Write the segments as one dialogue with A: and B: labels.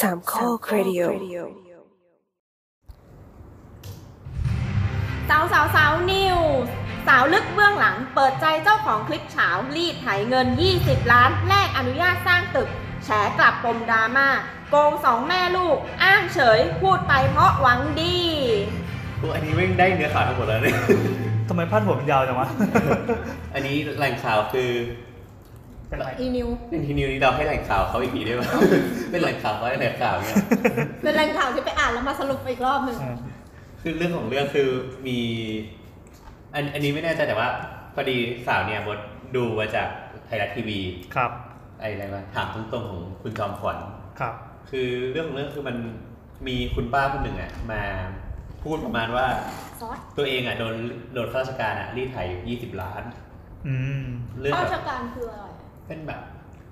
A: สามข้อครดิโอ
B: สาวสาวสาวนิวสาวลึกเบื้องหลัง เปิดใจเจ้าของคลิปเฉารีดไถเงิน 20 ล้าน แลกอนุญาตสร้างตึก แฉกลับปมดราม่าโกงสองแม่ลูก อ้างเฉย พูดไปเพราะหวังดี
C: โอ้อันนี้ไม่งได้เนื้อข่าวทั้งหมดแล้วเนี่ย
D: ทำไมพาดหัวมันยาวจังวะ
C: อันนี้แหล่งข่าวคือ
D: เป็นไร
B: อีนิว
C: ในทีนิวนี้เราให้แหล่งข่าวเขาอีกทีได้ไหม เป็นแหล่งข่าวเขาให้แหล่งข่าวเนี่ย
B: เป็นแรงข่าวที่ไปอ่านแล้วมาสรุปอีกรอบหนึ่ง
D: อืม
C: คือเรื่องของเรื่องคือมี อันอันนี้ไม่แน่ใจแต่ว่าพอดีสาวเนี่ยบดดูมาจากไทยรัฐทีวี
D: ครับ
C: ไอ้อะไรวะถามตรงๆของคุณจอมขวัญ
D: ครับ
C: คือเรื่องของเรื่องคือมันมีคุณป้าคนหนึ่งอ่ะมาพูดประมาณว่า
B: ซอส
C: ตัวเองอ่ะโดนโดนข้าราชการอ่ะรีดไถอยู่ยี่สิบล้าน
D: อืม
C: เรื่อง
B: ข้ารา
C: แบ
B: ช
C: บ
B: การคืออะไร
C: เป็นแบบ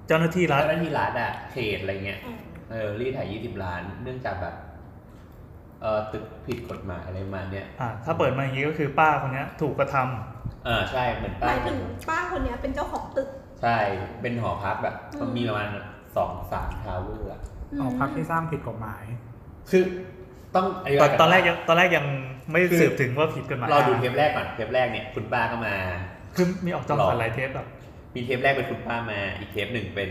D: เจ้าหน้าที่รัฐ
C: เจ้าหน้าที่รัฐอะเขตอะไรเงี้ย
B: อืม
C: เออรีดไถ่ายยี่สิบล้าน เนื่องจากแบบ เออตึกผิดกฎหมายอะไรประมาณเนี้ย
D: อ่า ถ้าเปิดมาอย่างนี้ก็คือป้าคนเนี้ย ถูกกระทำ
C: เออใช่ เหมือนป้าม
E: หายถึงป้าคนเนี้ยเป็นเจ้าของตึก
C: ใช่ เป็นหอพักแบบมันมีประมาณสองสามทาวเวอร์อะ
F: หอพักที่สร้างผิดกฎหมาย
C: คือต้องอ
D: ตอบ
C: ธิาน ย
D: ตอนแรก
C: ว่า
D: ยังตอนแรกยังไม่
C: คือ
D: สืบถึงว่าผิดกฎหมาย
C: เราดูเทปแรกก่อน เทปแรกเนี่ย คุณป้าก็มา
D: คือมีออกจอม
C: หรอ
D: ฝันหลายเทปแบบ
C: มีเทปแรกเป็นคุณป้ามา อีกเทปหนึ่งเป็น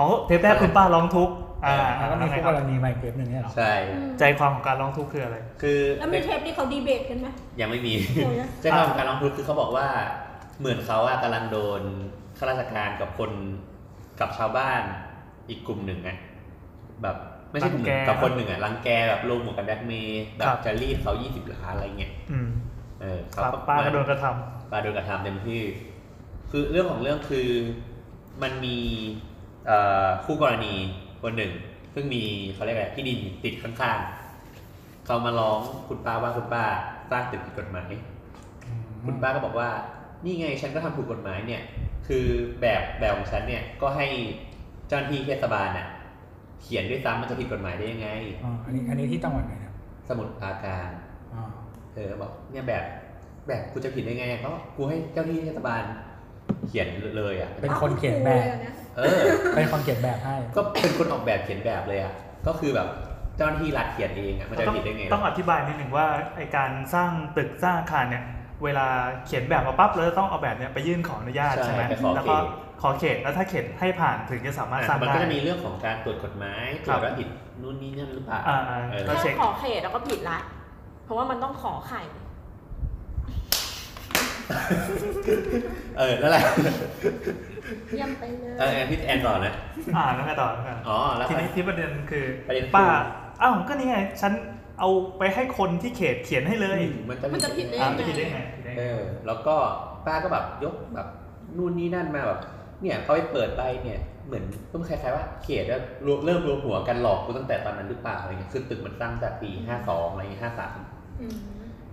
D: อ๋อ เทปแรกคุณป้าร้องทุกข์ อ่า
F: แล้วก็มี
D: แล้วไงค
F: คู่ก
D: รับ
F: รณีมาอีกเว็บหนึ่งเนี่ยเหรอ
C: ใช่
D: ใจความของการร้องทุกข์คืออะไร
C: คือ
E: แล้วมีเทปที่เขาดีเบตกันไหม
C: ยังไม่มี
E: โอ้ยนะ
C: ใช่ครับการลองทุนคือเขาบอกว่า เหมือนเขาอะกำลังโดนข้าราชการกับคนกับชาวบ้านอีกกลุ่มหนึ่งอะแบบไม่ใช่กลุ่มหนึ่ง
D: รังแก
C: กับคนหนึ่งอะรังแกแบบลงหมวกกันแบล็กเมย์แบ
D: ครับ บ
C: จะรีดเขายี่สิบล้านอะไรเงี้ย
D: อืม
C: เออ
D: ค
C: เขา
D: รับป้าก็โดนกระทำ
C: ป้าโดนกระทำเต็มที่ คือเรื่องของเรื่องคือมันมีเอ่อคู่กรณีคนหนึ่ง ซึ่งมีเขาเรียกอะไรที่ดินติดข้างๆเขามาร้องคุณป้าว่าคุณป้าสร้างตึกผิดกฎหมาย คุณป้าก็บอกว่า นี่ไงฉันก็ทำถูกกฎหมายเนี่ย คือแบบแบบของฉันเนี่ยก็ให้เจ้าหน้าที่เทศบาลน่ะ เขียนด้วยซ้ำมันจะผิดกฎหมายได้ยังไง
F: อ๋ออันนี้อันนี้ที่จังหวัดไหนเนี่ย
C: สมุดปราการ
F: อ๋อ
C: เธอบอกเนี่ยแบบแบบกูจะผิดได้ไงก็กูให้เจ้าหน้าที่เทศบาล เขียนเลยอ่ะ
F: เป็นคนเขียนแบบ
C: เออ
F: เป็นคนเขียนแบบให้
C: ก็เป็นคนออกแบบเขียนแบบเลยอ่ะก็คือแบบเจ้าหน้าที่รัฐเขียนเองอ่ะมันจะ
D: ต้อง
C: ผิดได้ไง
D: ต้องอธิบายนิดหนึ่งว่าไอการสร้างตึกสร้างอาคารเนี่ย เวลาเขียนแบบมาปั๊บเราจะต้องเอาแบบเนี้ยไปยื่นขออนุญาตใช่ไหม
C: ไปขอ
D: แล้ว
C: เข
D: ก็
C: ต
D: ขอเขตแล้วถ้าเขตให้ผ่านถึงจะสามารถสร้าง
C: มัน
D: ได้
C: ก็จะมีเรื่องของการตรวจกฎหมายต
D: ค
C: ร
D: รั
C: ว
D: บ
C: จว่าผิดนู่นนี่นั่นหรือเปล่า
D: อ่าๆ
C: เออ
D: ก็ เช็
B: ถ้า
D: ค
B: ขอเขตแล้วก็ผิดละ เพราะว่ามันต้องขอไข่
C: เออแล้วแหละ
E: เยี่ยมไปเลย
C: เออแอนพี่แอนต่อนะ
D: อ่าแล้วไงต่อแล้วไงต่อ
C: อ๋อ แล้ว
D: ที
C: ไป
D: นี้ที่ประเด็นคือ
C: ประเด็นคือ
D: ป้าอ้าวก็นี่ไง ฉันเอาไปให้คนที่เขตเขียนให้เลย
C: มันจะ
E: มันจะผิดได้
D: อ่า
C: อ่ะ
D: จะผิดได้ไงผิดได้ไง
C: เออ แล้วก็ป้าก็แบบยกแบบนู่นนี่นั่นมาแบบ เนี่ยเขาไปเปิดใบเนี่ย เหมือนต้องคล้ายๆว่าเขตอะรวมเริ่มรวมหัวกันหลอกกูตั้งแต่ตอนนั้นหรือเปล่าอะไรเงี้ย คือตึกมันตั้งแต่ปีห้าสองอะไรห้าสาม
E: อืม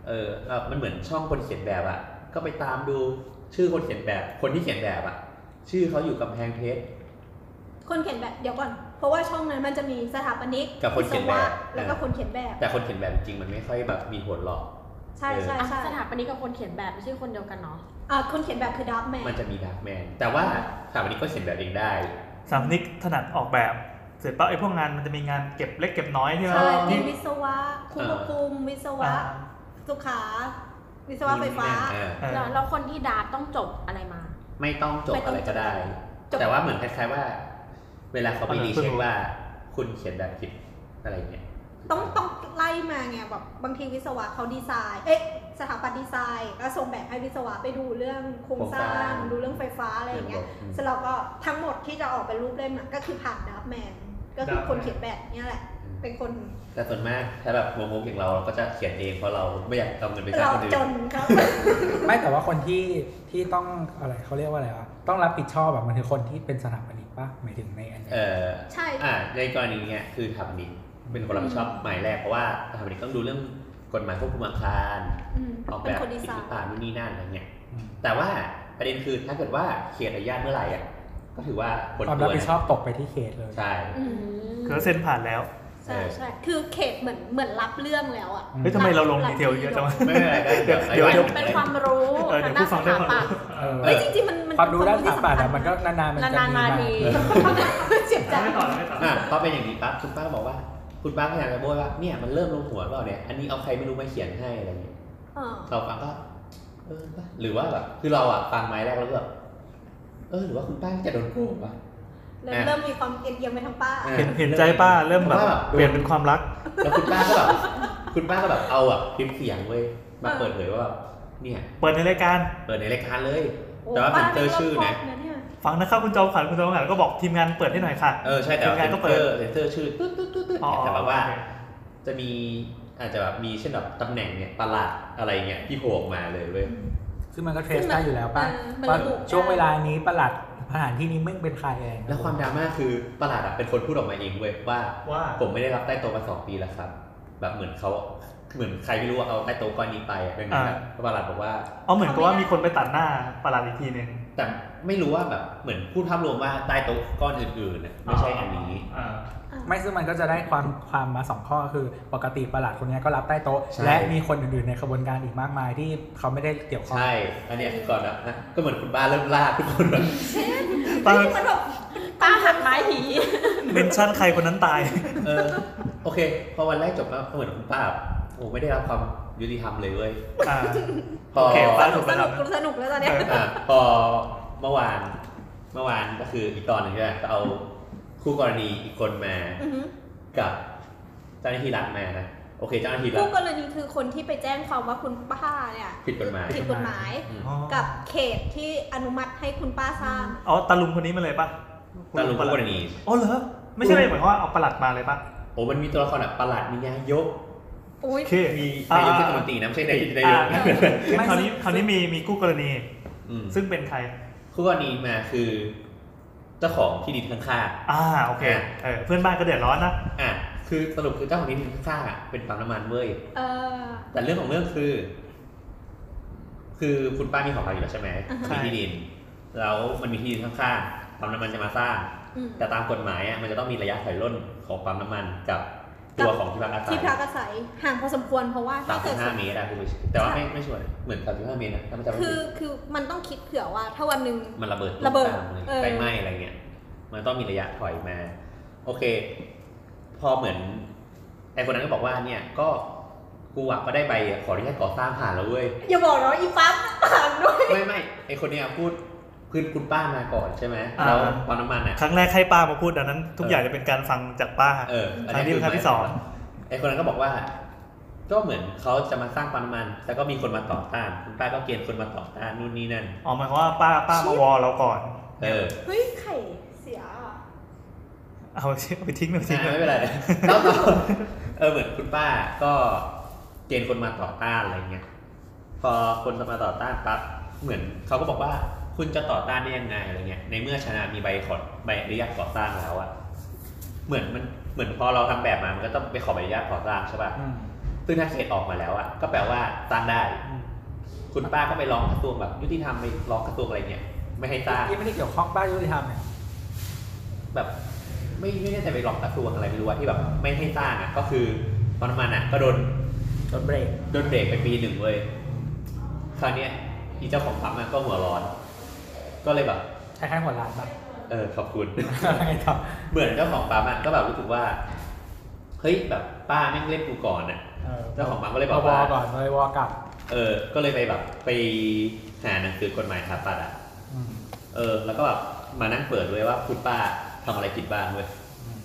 C: เออเออมันเหมือนช่องคนเขียนแบบอะก็ไปตามดูชื่อคนเขียนแบบ คนที่เขียนแบบอะชื่อเขาอยู่กำแพงเพชร
E: คนเขียนแบบเดี๋ยวก่อน เพราะว่าช่องนั้นมันจะมีสถาปนิก
C: กับคนเขียนแบบ
E: วิศวะแล้วก็คนเขียนแบบ
C: แต่คนเขียนแบบจริงมันไม่ค่อยแบบมีหัวหลอก
E: ใช่ใช่ใช่
B: สถาปนิกกับคนเขียนแบบไม่ใช่คนเดียวกันเนาะ
E: อ่ะคนเขียนแบบคือดับแมน
C: มันจะมีดาร์กแมน แต่ว่าสถาปนิกก็เขียนแบบเองได้
D: สามนิกถนัดออกแบบ เสร็จปั๊บไอพวกงานมันจะมีงานเก็บเล็กเก็บน้อยใช่ไหม
E: ใช่มี
D: ที่
E: วิศวะควบคุมวิศวะ
D: อ่า
E: สุขา วิศวะไฟฟ้า
C: เออ
D: เออ
B: แล้วแล้วคนที่ดาร์ตต้องจบอะไรมา
C: ไม่ต้องจบอะไรก็ได้
E: จบ
C: แต่ว่าเหมือนคล้ายๆว่า เวลาเขาไปรีเช็คว่า คุณเขียนแบบผิดอะไรเงี้ย
E: ต้องต้องไล่มาไงแบบบางทีวิศวะเขาดีไซน์ เอ๊ะสถาปัตย์ดีไซน์ก็ส่งแบบให้วิศวะไปดูเรื่องโครงสร้าง ดูเรื่องไฟฟ้าอะไรอย่างเงี้ย
C: อืม
E: สำหรับก็ทั้งหมดที่จะออกเป็นรูปเล่มอะก็คือผ่านดับแมนก็คือคนเขียนแบบเนี่ยแหละ เป็นคน
C: แต่ส่วนมากถ้าแบบงงๆอย่างเราเราก็จะเขียนเองเพราะเราไม่อยากเอาเงินไปจ้าง
E: เรา
C: คนอื่น
E: จนครับ
F: ไม่แต่ว่าคนที่ที่ต้องอะไรเขาเรียกว่าอะไรวะ ต้องรับผิดชอบแบบมันคือคนที่เป็นสถาปนิกปะหมายถึงในอันเนี้ย
C: เออ
E: ใช่
C: อ่าในกรณีเนี้ยคือสถาปนิกเป็นคนรับผิดชอบหมายแรกเพราะว่าสถาปนิกต้องดูเรื่องกฎหมายควบคุมอาคาร
E: ม
C: ออกแบ
E: เป็น
C: บ
E: คน
C: ผิ
E: ดี
C: ด
E: ไซ
C: หรือ
E: น์
C: เปล่านู่นนี่นั่นอะไรเงี้ย
F: อืม
C: แต่ว่าประเด็นคือถ้าเกิดว่าเขียนอนุญาตเมื่อไหร่อ่ะก็ถือว่าหมด
F: ความ
C: ตั
F: รับ
C: ว
F: ผิด
C: นะ
F: ชอบตกไปที่เขตเลย
C: ใช่
E: อืม
D: คือเซ็นผ่านแล้ว
E: ใช่ใช่คือเขตเหมือนเหมือนรับเรื่องแล้วอ่ะ
D: เฮ้ยทำไมเราลงดีเทลเยอะจังวะ
C: ไม่เป็นไรได้เดี๋ยว
D: เดี๋ยวเดี๋ยว
B: เป็นความรู้
D: เออเดี๋ยวผู้ฟังได้ความรู้
F: เออ
E: ไม่จริงๆมันมัน
F: ความรู้ด้านสถาปัตย์
E: เป็
F: อะมันก็นานๆมันจะ
B: นานๆมา
F: มา
B: ที
F: เออ
E: เจ็บ จะ
D: ไม่ต่อแล้วไม่ต่อ
C: อ่ะพอเป็นอย่างนี้ปั๊บคุณป้าก็บอกว่า คุณป้าก็อยากจะโบยว่าเนี่ยมันเริ่มลงหัวเปล่าเนี่ยอันนี้เอาใครไม่รู้มาเขียนให้อะไรอย่างเงี้ย
E: เออ
C: เราฟังก็เออป่ะหรือว่าแบบคือเราอ่ะฟังไม้แรกแล้วก็แบบเออหรือว่าคุณป้าจะโดนโกงป่ะ
E: เริ่ม
C: อ่ะ
E: เริ่มมีความเอียงไปทางป้า
C: อ่ะ
D: เห็นเห็นใจป้าเริ่มแบบ
C: พาะว่า
D: เปลี่ยนเป็นความรัก
C: แล้วคุณป้าก็แบบ คุณป้าก็แบบเอาอ่ะคลิปเสียงเว้ยมาเปิดเผยว่าแบบเนี่ย
D: เปิดในรายการ
C: เปิดในรายการเลย
E: โอ้
C: แต่ว่าผมเจอชื่อ
E: ป้า
C: นะ
E: ไม่รบคบเนี่ย
D: ฟังนะครับคุณจอมขวัญคุณจอมขวัญก็บอกทีมงานเปิดให้หน่อยค่ะ
C: เออใช่แต่ว่า
D: ทีมงานก็เปิด
C: ซ็นซอร์เซ็นเซอร์ชื่อตึ๊ดตึ๊ดตึ๊ดตึ๊ด
D: อ๋อ
C: แต่แบบว่า
D: โอเค
C: จะมีอาจจะแบบมีเช่นแบบตำแหน่งเนี่ยประหลาดอะไรเงี้ยที่โผล่ออกมาเลยเว้ย
F: ซึ่งมันก็เทรสได้อยู่แล้วป่ะ
E: เออมัน
F: ว่า
E: ระบุได้
F: ช่วงเวลานี้ประหลัดสถานที่นี้ไม่เป็นใครอะไรอย่างเงี้ย
C: แล้วความดราม่าคือประหลาดอะเป็นคนพูดออกมาเองเว้ยว่า
D: ว่า
C: ผมไม่ได้รับใต้โต๊ะมาสองปีแล้วครับ แบบเหมือนเขาเหมือนใครไม่รู้ว่าเอาใต้โต๊ะก้อนนี้ไปอะเป็นแบบประหลาดบอกว่า
D: เอาเหมือนกับว่ามีคนไปตัดหน้าประหลาดอีกทีหนึ่ง
C: แต่ไม่รู้ว่าแบบเหมือนพูดภาพรวมว่าใต้โต๊ะก้อนอื่นๆน่ะไม่ใช่อันนี้
D: อ่า
F: ไม่ซึ่งมันก็จะได้ความความมาสองข้อคือปกติประหลัดคนเนี้ยก็รับใต้โต๊ะ
C: ใช่
F: และมีคนอื่นๆในขบวนการอีกมากมายที่เขาไม่ได้เกี่ยวข้อง
C: ใช่อันเนี้ยก่อนนะก็เหมือนคุณบ้าเริ่มล่าทุกคนแบบ
D: ป้า
E: เฮ้ยมันแบบ
B: ป้าหักไม้ผี
D: เมนชั่นใครคนนั้นตาย
C: เออโอเค พอวันแรกจบแล้วเหมือนคุณป้าแบบโอ้ไม่ได้รับความยุติธรรมเลยเว้ย
D: อ่า
C: พอ
D: โอเค
E: ส
D: ป้า
E: นุกสนุกสนุกแล้วตอนเนี้ย
C: อ่ะพอเมื่อวานเมื่อวานก็คืออีกตอนหนึ่งใช่ไหมก็เอาคู่กรณีอีกคนมา
E: อือหือ
C: กับเจ้าหน้าที่รัฐมานะโอเคเจ้าหน้าที่รั
E: คู่
C: ฐ
E: กรณีคือคนที่ไปแจ้งความว่าคุณป้าเนี่ย
C: ผิดกฎหมาย
E: ผิดกฎหมาย
C: อืม
D: อ๋อ
E: กับเขตที่อนุมัติให้คุณป้าสร้าง
D: อ๋อตาลุงคนนี้มาเลยปะ
C: ตาลุง
D: ประ
C: คู่ก
D: ห
C: ร
D: ลัด
C: ณี
D: อ๋อเหรอไม่ใช่หมายความว่าเอาประหลัดมาเลยปะ
C: โอ้มันมีตัวละครแบบประหลัดมีนายก
E: อุ้ย
D: โอเค
C: มี
D: อ่าน
C: ายกเทศมนตรีนะไม่ใช่นายกนาย
D: อ่าก งั้นงั้นคราวนี้คราวนี้มีมีคู่กรณี
C: อืม
D: ซึ่งเป็นใคร
C: คู่กรณีมาคือเจ้าของที่ดินข้างๆ
D: อ่าโอเคเออเพื่อนบ้านก็เดือดร้อนนะ
C: อ่ะ คือสรุปคือเจ้าของที่ดินข้างๆอ่ะเป็นปั๊มน้ำมันเว้ย
E: เออ
C: แต่เรื่องของเรื่องคือ คือคุณป้ามีของเราอยู่แล้วใช่ไหม
E: อ่าฮะ
C: มีที่ดิน แล้วมันมีที่ดินข้างๆปั๊มน้ำมันจะมาสร้าง
E: อืม
C: แต่ตามกฎหมายอ่ะมันจะต้องมีระยะถอยร่นของปั๊มน้ำมันกับตัวของที่พักอาศั
E: ที่
C: ย
E: พักอาศัยห่างพอสมควรเพราะว่า
C: สา
E: ถ้าม เกิด
C: สิบห้าเมตรอะคุณผู้ชมแต่ว่าไม่ไม่ชัวร์เหมือนสามสิบห้าเมตรนะถ้ามันจะไม่
E: คือ
C: ผิด
E: คือมันต้องคิดเผื่อว่า ถ้าวันหนึ่ง
C: มันระเบิด
E: ระเบิด
C: ตามเลย
E: เออ
C: ไฟไหม้อะไรเงี้ย มันต้องมีระยะถอยมา โอเค พอเหมือนไอ้คนนั้นก็บอกว่าเนี่ย ก็กูอ่ะก็ได้ใบขออนุญาตก่อสร้างผ่านแล้วเว้ย
E: อย่าบอกนะว่าอีปั๊บผ่านด้วย
C: ไม่ไม่ไอคนเนี้ยพูดคือคุณป้ามาก่อนใช่ไหม
D: อ่า
C: แล้วปั๊มน้ำมันอ่ะ
D: ครั้งแรกให้ป้ามาพูดดังนั้น ทุกอย่างจะเป็นการฟังจากป้า
C: เอออัน
D: ครั้งที่
C: นี้
D: ครั้งที่สอง
C: ไอคนนั้นก็บอกว่า ก็เหมือนเขาจะมาสร้างปั๊มน้ำมันแล้วก็มีคนมาต่อต้านคุณป้าก็เกณฑ์คนมาต่อต้านนู่นนี่นั่น
D: อ๋อหมายความว่าป้าป้ามาวอเราก่อน
C: เออ
E: เฮ้ย ไข่เสียอ่ะ
D: เอาเอาไปทิ้ง เอาไปทิ้ง
C: อ่าไม่เป็น ไรแล้วก็เออเหมือนคุณป้าก็เกณฑ์คนมาต่อต้านอะไรเงี้ยพอคนมาต่อต้านปั๊บเหมือนเขาก็บอกว่า คุณจะต่อต้านได้ยังไงอะไรเงี้ยในเมื่อชนะมีใบขอใบอนุญาตก่อสร้างแล้วอะเหมือนมันเหมือนพอเราทำแบบมามันก็ต้องไปขอใบอนุญาตก่อสร้างใช่ป่ะ
F: อืม
C: ซึ่งถ้าเขตออกมาแล้วอะก็แปลว่าสร้างได้
F: อืม
C: คุณป้าก็ไปร้องกระทรวงแบบยุติธรรมไปร้องกระทรวงอะไรเงี้ยไม่ให้สร้าง
F: ที่ไม่ได้เกี่ยวข้องป้ายุติธรรมเนี่ย
C: แบบไม่ไม่แน่ใจไปหลอกกระทรวงอะไรไม่รู้ว่าที่แบบไม่ให้สร้างอ่ะก็คือตอนนั้นมันอ่ะก็โดน
F: รถเบรก
C: โดนเบรกไปปีหนึ่งเว้ยคราวเนี้ยอีเจ้าของปั๊มอ่ะก็หัวร้อน ก็เลยแบบ
F: คล้ายๆหัวล้านปะ
C: เออขอบคุณ
F: ไงต่อ
C: เหมือนเจ้าของปั๊มอ่ะก็แบบรู้สึกว่าเฮ้ยแบบป้าแม่งเล่นกูก่อนอ่ะ เจ้าของปั๊มก็เลยบอกว่า
F: วอก่อนเลยวอกับ
C: เออ ก็เลยไปแบบไปหาหนังสือกฎหมายสถาปัตย์อ่ะ
F: อืม
C: เออแล้วก็แบบมานั่งเปิดเลยว่าคุณป้าทำอะไรผิดบ้างเว้ย
F: อืม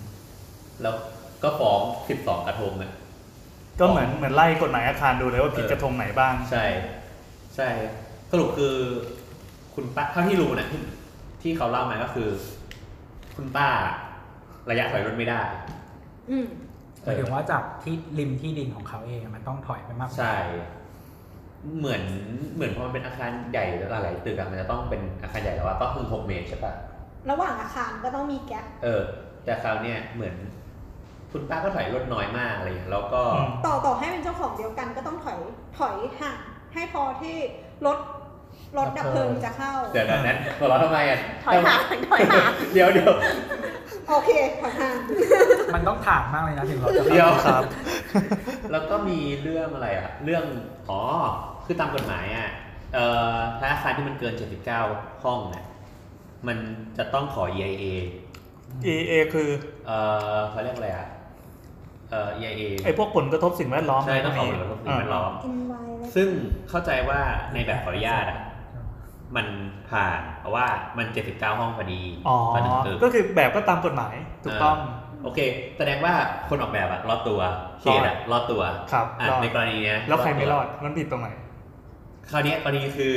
C: แล้วก็ฟ้องสิบสองกระทงอ่ะ
D: ก็เหมือนเหมือนไล่กฎหมายอาคารดูเลยว่าผิดกระทงไหนบ้าง
C: ใช่ ใช่สรุปคือ คุณป้าเท่าที่รู้นะที่ที่เขาเล่ามาก็คือ คุณป้า ระยะถอยรถไม่ได้
E: อืม
F: หมายถึงว่าจากที่ริมที่ดินของเขาเองอะมันต้องถอยไปมากกว่า
C: ใช่ เหมือนเหมือนพอมันเป็นอาคารใหญ่หลายๆตึกอะมันจะต้องเป็นอาคารใหญ่แล้วว่าก็คือหกเมตรใช่ปะ
E: ระหว่างอาคารก็ต้องมีแก๊ป
C: เออ แต่คราวเนี้ยเหมือน คุณป้าก็ถอยรถน้อยมากอะไรอย่างเงี้ยแล้วก็
D: อืม
E: ต่อต่อให้เป็นเจ้าของเดียวกันก็ต้องถอยถอยห่างให้พอที่รถรถดับเพลิงจะเข้า
C: เดี๋ยวนะนั้นหัวเราะทำไมอ่ะ
B: ถอยห่างถอยห่าง
C: เดี๋ยวเดี๋ยว
E: โอเคถอยห่าง
F: มันต้องถามมากเลยนะถึงเราจะ
C: เดี๋ยว
D: ครับ
C: แล้วก็มีเรื่องอะไรอ่ะ เรื่อง อ๋อ คือตามกฎหมายอ่ะ เอ่อถ้าอาคารที่มันเกิน 79 ห้องเนี่ยมันจะต้องขอ EIA
D: EA คือ
C: เออเขาเรียกอะไรอ่ะเออ EIA
D: ไอ้พวกผลกระทบสิ่งแวดล้อม
C: ใช่ต้องขอผลกระทบสิ่งแวดล้อม
E: environment
C: ซึ่งเข้าใจว่าในแบบขออนุญาตอ่ะ มันผ่านเพราะว่ามัน 79 ห้องพอดี
D: อ๋อ
C: ต่อหนึ่งตึก
D: ก็คือแบบก็ตามกฎหมายถูกต้อง
C: โอเค แสดงว่าคนออกแบบอ่ะรอดตัวเขตอ่ะรอดตัว
D: ครับ
C: อ่ะ
D: รอด
C: ในกรณีเนี้ย
D: แล้วใครไม่รอ
C: ด
D: ดมันผิดตรงไหน
C: ตัวคราวเนี้ยกรณีคือ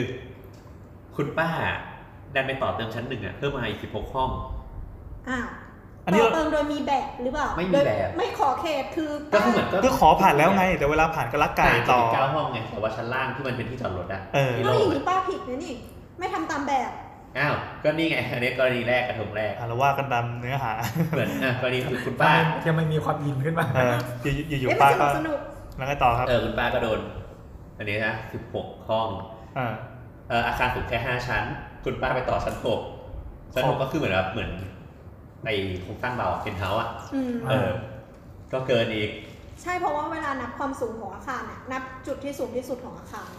C: คุณป้าดันไปต่อเติมชั้นหนึ่งอ่ะเพิ่มมาอีก 16 ห้อง
E: อ้าว
D: อันนี้
E: ต่อ
D: เรา
E: เติมโดยมีแบบหรือเปล่า
C: ไม่มี
E: โดย
C: แบบ
E: ไม่ขอเขตคือ
C: ก็คือเหมือนก็
D: คือขอผ่านแล้วไง แต่เวลาผ่านก็ลักไก่ต่อ
C: เก้าห้องไงแต่ว่าชั้นล่างที่มันเป็นที่จอดรถอ่ะ
D: เออ
C: ที่
E: ก็
C: โล่
E: อย่าง งนี้
C: อะ
E: ป้าผิดนะนี่ ไม่ทำตามแบบ
C: อ้าวก็นี่ไงอันนี้กรณีแรกกระทงแรก
D: อ่ะเราว่ากันตามเนื้อหา
C: เหมือนอ่ะกรณีคือคุณป้า
F: ยังไม่มีความอินขึ้นมา
D: เอออยู่อยู่อยู่
E: เอ๊ะ
D: ป้า
E: มันสนุก
D: ก็
E: สนุก
D: แล้วก็ต่อครับ
C: เออคุณป้าก็โดน อันนี้นะ16 ห้อง
D: อ่า
C: เอ่ออาคารสูงแค่ห้าชั้น คุณป้าไปต่อชั้นหกชั้นหกก็คือเหมือนแบบเหมือนไอโครงสร้างเราเป็นเฮาอ่ะ
E: อืม
C: เออ ก็เกินอีก
E: ใช่เพราะว่าเวลานับความสูงของอาคารน่ะนับจุดที่สูงที่สุดของอาคาร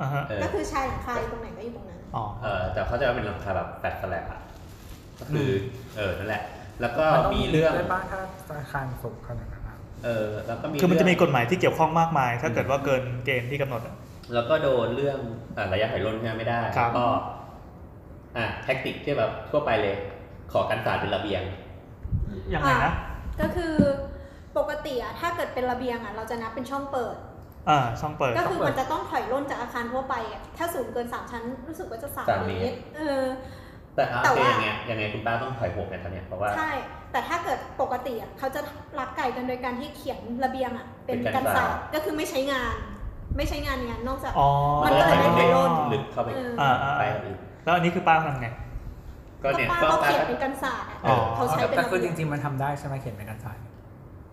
D: อ่าฮะ
C: เออ
E: ก็คือชายหลังคาอยู่ตรงไหนก็อยู่ตรงนั้น
D: อ๋อ
C: เออแต่เขาใจะว่าเป็นหลังคาแบบแฟลตแลบอ่ะ ก็คืออเออ นั่นแหละ แล้วก็
F: นต้
C: มีเรื่อง
F: ได้ป้าถ้าอาคารสูงขนาดนั้นอะ
C: เออ แล้วก็มี
D: คือมันจะมีก
C: เรื่ง
D: ฎหมายที่เกี่ยวข้องมากมาย ถ้าเกิดว่าเกินเกณฑ์ที่กำหนดอ่ะ
C: แล้วก็โดนเรื่องอ่ะระยะถอยร่นเนี่ยไม่ได้
D: ครับ
C: แล้วก็ อ่ะแท็กติกที่แบบทั่วไปเลย ขอกันศาสตร์เป็นระเบียง
D: ยังไงนะ
E: ก็คือปกติอะถ้าเกิดเป็นระเบียงอะเราจะนับเป็นช่องเปิด
D: อ่า ช่องเปิด
E: ก็คือมันจะต้องถอยร่นจากอาคารทั่วไปอะถ้าสูงเกินสามชั้นรู้สึกว่าจะสาม
C: สามเม
E: เม
C: ตร
E: ตรเออ
C: แต่อ่ะ
E: แต่
C: โอเค
E: ว่า
C: ยังไงยังไงคุณป้าต้องถอยหกในตอนเนี้ยเพราะว่า
E: ใช่ แต่ถ้าเกิดปกติอะเขาจะรักไก่กันโดยการที่เขียนระเบียงอะเป็น
C: เป็นกั
E: กัน น
C: ศา
E: ศา
C: สต
E: ส
C: ร์
E: ตร์ก็คือไม่ใช้งาน ไม่ใช้งานงานนอกจาก
D: อ๋อ
E: มันก็เลยได้ถอยร่น
C: ลึกเข้าไป
E: เออ
D: อ่าอ่า
C: ไป
D: อ่า
C: อีก
D: แล้วอันนี้คือป้าทำไง
C: ก็เนี่ย
E: ก็
C: ก็
E: ป้าก็
C: ป้า
E: เขียน
C: ก็
E: เป็นกันศาสตร์อะ
D: อ๋อ
E: เขาใช้เป็น
F: แต่
E: ระ
F: คือจ
E: เบียง
F: ริง ๆ มันทำได้ใช่ไหมเขียนเป็นการศาสตร์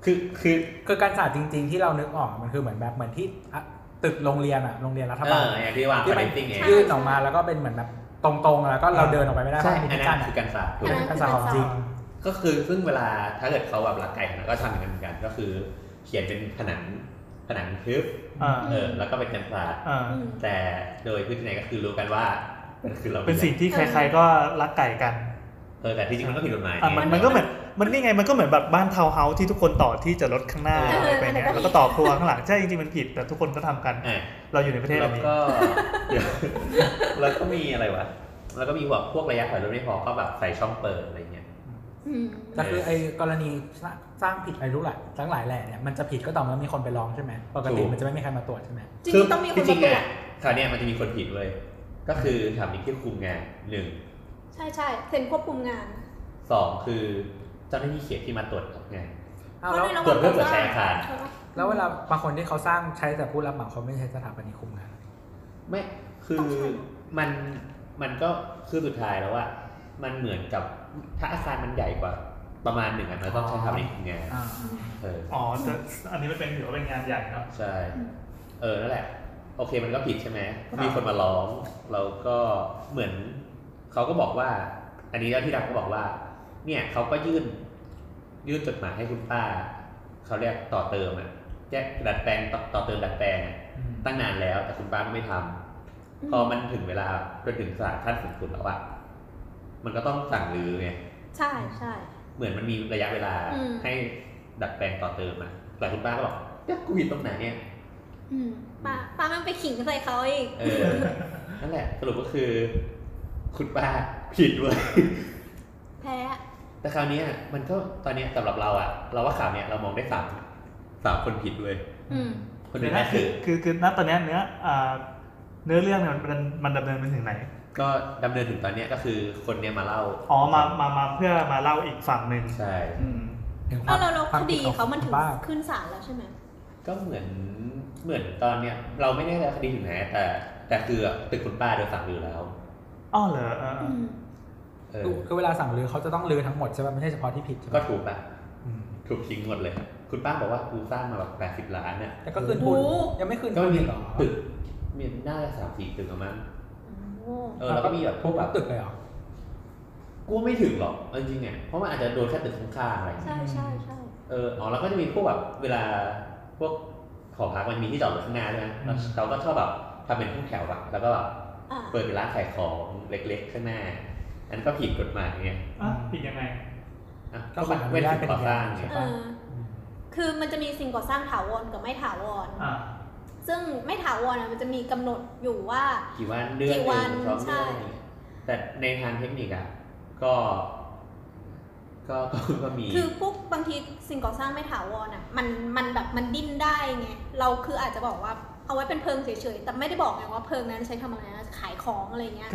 C: คือคือ
F: คือการศาสตร์จริง ๆ ที่เรานึกออกมันคือเหมือนแบบเหมือนที่อะตึกโรงเรียนอะโรงเรียนรั
C: เอบ
F: ฐาล
C: ออย่างที่วาง
F: ที่
C: คอน
F: มั
C: เนค
F: น
C: ติ้งเอง
F: ยื่นออกมาแล้วก็เป็นเหมือนแบบตรงๆ แล้วก็เราเดินออกไปไม่ได้เพ
C: ใช่อั
F: ราะมัน
C: นนั้น
F: มีกั
C: นคือการสาบถูก
F: เป็นการศาสตร์ของจริง
C: ก็คือซึ่งเวลาถ้าเกิดเขาแบบรักไก่ขนาดก็ทำอย่างนั้นเหมือนกัน ก็คือเขียนเป็นผนังผนังทึบ
D: อ่า
C: เออแล้วก็เป็นกันศาสตร์
D: อ่า
E: อืม
C: แต่โดยพื้นที่ไหนก็คือรู้กันว่ามันคือเรา
D: เป็นสิ่งที่ใครๆก็รักไก่กัน
C: เออแต่ที่จริงมันก็ผิดกฎหมาย
D: อ่ะมันมันก็เหมือนมันนี่ไงมันก็เหมือนแบบบ้านทาวน์เฮาส์ที่ทุกคนต่อที่จะรถข้างหน้า
E: เออ
D: อะไรไปเนี่ย
E: อันนั้นก็
D: แล้วก็ต่อครัวข้างหลังใช่จริงๆมันผิดแต่ทุกคนก็ทำกัน
C: อ่ะ
D: เราอยู่ในประเทศแบ
C: แล้ว
D: บนี้
C: ก็เดี๋ยวแล้วก็มีอะไรวะแล้วก็มีแบบพวกระยะถอยรถไม่พอก็แบบใส่ช่องเปิดอะไรเงี้ย
E: อืม
F: แต่คือไอ้กรณีสร้างสร้างผิดอะไรรู้แหละทั้งหลายแหล่เนี่ยมันจะผิดก็ต่อเมื่อมีคนไปร้องใช่ไหมปกติ
C: ถูก
F: มันจะไม่มีใครมาตรวจใช่ไหม
E: จริงๆต้องมีคนมา
C: จริง
E: ตรว
C: ๆ
E: จ
C: อ่ะคราวเนี้ยมันจะมีคนผิดเลยก็คือถามอีกที่คุมงานหนึ่ง
E: ใช่ใช่เซ็นควบคุมงาน
C: สองคือเจ้าหน้าที่เขตที่มาตรวจรับงาน
F: อ้าวแล้ว
C: ตรวจเพื่อตรวจใช้อาคาร
F: แล้วเวลาบางคนที่เขาสร้างใช้แต่ผู้รับเหมาเขาไม่ใช้สถาปนิกคุมงาน
C: ไม่คือ
E: ต้องใช้
C: มันมันก็คือสุดท้ายแล้วว่า มันเหมือนกับถ้าอาคารมันใหญ่กว่าประมาณหนึ่งอ่ะมันต้องใช้ทำในงาน
F: อ่า
C: เออ
D: อ๋อแต่อันนี้มันเป็นถือว่าเป็นงานใหญ่เนาะ
C: ใช่เออนั่นแหละ โอเคมันก็ผิดใช่ไหมมีคนมาร้องเราก็เหมือนเขาก็บอกว่า อันนี้เจ้าที่รัฐก็บอกว่า เนี่ยเขาก็ยื่น ยื่นจดหมายให้คุณป้าเขาเรียกต่อเติมอ่ะแก้ดัดแปลงต่อต่อเติมดัดแปลงอะ
F: อืม
C: ตั้งนานแล้วแต่คุณป้าก็ไม่ทำ
E: อืม
C: พอมันถึงเวลาจนถึงศาลขั้นสูงสุดแล้วอะมันก็ต้องสั่งรื้อไง
E: ใช่ใช่
C: เหมือนมันมีระยะเวลา
E: อืม
C: ให้ดัดแปลงต่อเติมอะแต่คุณป้าก็บอกเนี่ยกูผิดตรงไหนเนี่ย
E: อืมป้าป้ามันไปขิงใส่เขาอีก
C: เออ นั่นแหละ สรุปก็คือ คุณป้าผิดด้วย
E: แพ้
C: แต่คราวเนี้ยมันก็ตอนเนี้ยสำหรับเราอะเราว่าข่าวเนี้ยเรามองได้สามสามคนผิดด้วย
E: อืม
C: คนหนึ่งก็คือ
D: คือคือณตอนเนี้ยเนื้ออ่าเนื้อเรื่องเนี่ยมันมันมันดำเนินไปถึงไหน
C: ก็ดำเนินถึงตอนเนี้ยก็คือคนเนี้ยมาเล่า
D: อ๋อมามามาเพื่อมาเล่าอีกฝั่งหนึ่ง
C: ใช่
D: อืม
F: ถึงวา
E: เอา
F: ม
E: เราเรา
F: ว
E: ค
F: ผิ
E: ดี
F: ของ
E: เขามันถึง
F: ป้า
E: ขึ้นศาลแล้วใช่ไหม
C: ก็เหมือนเหมือนตอนเนี้ยเราไม่แน่ใจคดีถึงไหนแต่ แต่คือตึกคุณป้าโดนสั่งรื้อแล้ว
D: อ๋อเหรอเออเอ
E: อื
D: อ
E: ม
C: เออ
F: คือคือเวลาสั่งรื้อเขาจะต้องรื้อทั้งหมดใช่ไหมไม่ใช่เฉพาะที่ผิดใช่ไหม
C: ก็ถูกอะ
F: อืม
C: ถูกทิ้งหมดเลย คุณป้าบอกว่ากูสร้างมาแบบแปดสิบ80 ล้านเนี่ย
F: แต่ก็คืนทุนยังไม่คืน
C: ก็
F: ทุน
C: มี
F: อีกเหรอ
C: ตึกมีน่าจะสามสี่ตึกประมาณ
E: โอ้
C: เออแล้วก็มีแบบพวกแบบ
F: ตึกเลยเหรอ
C: กูไม่ถึงหรอกเอาจริงๆเนี่ยเพราะมันอาจจะโดนแค่ตึกข้างๆอะไรอย่างเงี้ย
E: ใช่ใช่ใช่
C: เอออ๋อแล้วก็จะมีพวกแบบเวลาพวกหอพักมันมีที่จอดรถข้างหน้าใช่ไหมแล้วเราก็ชอบแบบทำเป็นห้องแถวอะแล้วก็แบบ
E: อ่า
C: เปิดเป็นร้านขายของเล็กๆข้างหน้าอันนั้นก็ผิดกฎหมายไง
D: อ่ะผิดยังไง
C: อ่ะ
F: ก็ขออนุญาตเป็น
C: ก่
F: อ
C: อย่าง สร้าง
F: นั้นใช่
E: เอ
F: ปะ
E: อคือมันจะมีสิ่งก่อสร้างถาวรกับไม่ถาวร
D: อ่า
E: ซึ่งไม่ถาวรอ่ะมันจะมีกำหนดอยู่ว่า
C: กี่วันเดือน
E: กี่
C: ห
E: วัน
C: นึ่งสอง
E: ใช่
C: เดือนอะไรอย่างเงี้ยแต่ในทางเทคนิคอะก็ก็ ก็ก็มี
E: คือพวกบางทีสิ่งก่อสร้างไม่ถาวรอ่ะมันมันแบบมันดิ้นได้ไงเราคืออาจจะบอกว่าเอาไว้เป็นเพิงเฉยๆแต่ไม่ได้บอกไงว่าเพิงนั้นใช้ทำอะไรนะขายของอะไรเงี้ย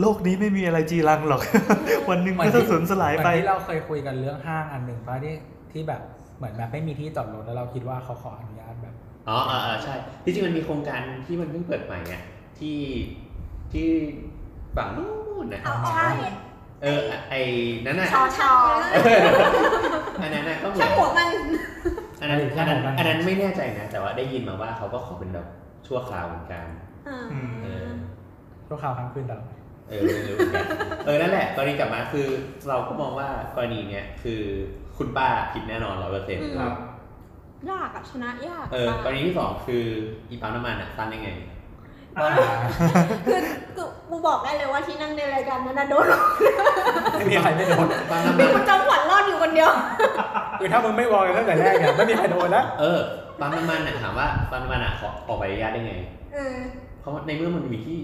D: โลกนี้ไม่มีอะไรจีรังหรอก วันหนึ่งมันก็สูญสลาย
F: เห
D: ไป
F: มือนที่เราเคยคุยกันเรื่องห้างอันหนึ่งป่ะที่ที่แบบเหมือนแบบไม่มีที่จอดรถแล้วเราคิดว่าเขาขออนุญาตแบบ
C: อ๋อเออเออใช่ ที่จริงมันมีโครงการที่มันเพิ่งเปิดใหม่อ่ะที่ที่ฝั่งนู้นนะ
E: เอา
F: อ๋อ
E: ใช่
C: เออไอ้นั่นน่ะ
B: ชอชอ
C: อันนั้น น่ะก็เหมื
E: ช่า
C: อน
E: งหัวมัน
C: อันนั้นอันนั้นอันนั้นไม่แน่ใจนะ แต่ว่าได้ยินมาว่าเขาก็ขอเป็นแบบชั่วคราวเหมือนกัน
D: อืม
C: เออ
F: ชั่วคราวทั้งคืนตลอด
C: เออไม่รู้เหมือนกันเออนั่นแหละกรณีกลับมาคือเราก็มองว่ากรณีเนี้ยคือคุณป้าผิดแน่นอนร้อยเปอร์เซ็นต์
E: อืม ยากอะชนะยาก
C: เออ
E: มาก
C: กรณีที่สองคืออีปั๊มน้ำมันอ่ะสร้างได้ไง
D: อ่า
E: คือคือกูบอกได้เลยว่าที่นั่งในรายการนั้นนะโดน
F: ไม่มีใครไม่โดน
C: ปั๊มน้ำ
E: มี
C: มัน
E: คุณจอมขวัญรอดอยู่คนเดียว
F: คือถ้ามึงไม่วอลกันตั้งแต่แรกเนี่ยไม่มีใครโดนแล้ว
C: เออปั๊มน้ำมันอ่ะถามว่าปั๊มน้ำมันอ่ะขอออกใบอนุญาตได้ไง
E: เออ
C: เพราะว่าในเมื่อมันมีที่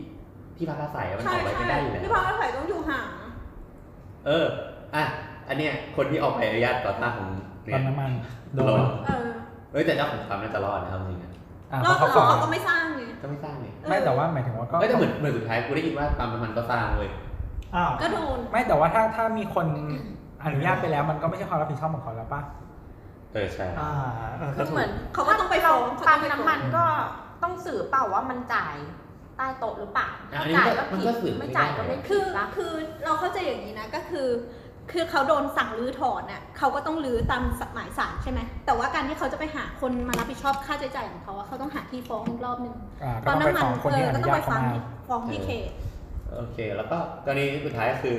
C: ที่พักอาศัยอะมัน
E: ใช่
C: ออกไป
E: ใช่
C: ไม่ได้อยู่แล้
E: พี่
C: ว
E: พาวไม่ไหวต้องอยู่ห่าง
C: เออ อ่ะ อันเนี้ยคนที่ออกไปอนุญาตต่อต้านของเนี่
F: ปั๊
C: ย
F: มน้ำมันโด
C: โด
F: น
C: น
E: เออ
C: เฮ้ยแต่เจ้าของปั๊มน่าจะรอดนะเอาจริงๆนะ
F: อ่ะ
E: รอด
F: เพ
E: เขา
F: ราะเขาขอ
E: ก็ไม่สร้างไง
C: ก็ไม่สร้างเนี่ย
F: ไม่แต่ว่าหมายถึงว่าก็
C: เฮ้ยแต่เหมือนเหมือนสุดท้ายกูได้ยินว่าปั๊มน้ำมันก็สร้างเลย
D: อ้าว
E: ก็โดน
F: ไม่แต่ว่าถ้าถ้ามีคนอนุญาตไปแล้วมันก็ไม่ใช่ความรับผิดชอบของเขาแล้วป่ะ
C: เออใช่
D: อ่าเออ
B: คื
D: ก็
B: อ
D: ถู
B: เหมื
D: ก
B: อน
E: เขาก็ต้องไปฟ้องเขาต้องไป
B: ปั๊ม
E: ฟ้อง
B: น้ำมันก็ต้องสื่อเปล่าว่ามันจ่ายใต้โต๊ะหรือเปล่า
C: อ่ะ
B: ถ้าจ่ายก็
C: อันนี้ก็มั
B: ผิด
C: นก็สืบไม่
B: ไม่
C: ได้
B: จ่ายก็ไม่ผิ
E: คื
B: ด
E: อ
B: ปะ
E: คือเราเข้าใจอย่างนี้นะก็คือ คือเขาโดนสั่งรื้อถอนน่ะเขาก็ต้องรื้อตามหมายศาลใช่ไหมแต่ว่าการที่เขาจะไปหาคนมารับผิดชอบค่าใช้จ่ายของเขาอะเขาต้องหาที่ฟ้องอีกรอบหนึ่ง
F: อ่าก็
E: ตอ
F: ต้
E: นน้ำ
F: องไป
E: มัน
F: ฟ้องคน
E: เอ
F: ที่
E: อ
F: อ
E: ก็
F: นุ
E: ต้อง
F: ญาต
E: ไป
F: เขา
E: ฟ้องที่ฟ้อง
F: มา
E: ที่เขต
C: โอเค แล้วก็กรณีสุดท้ายก็คือ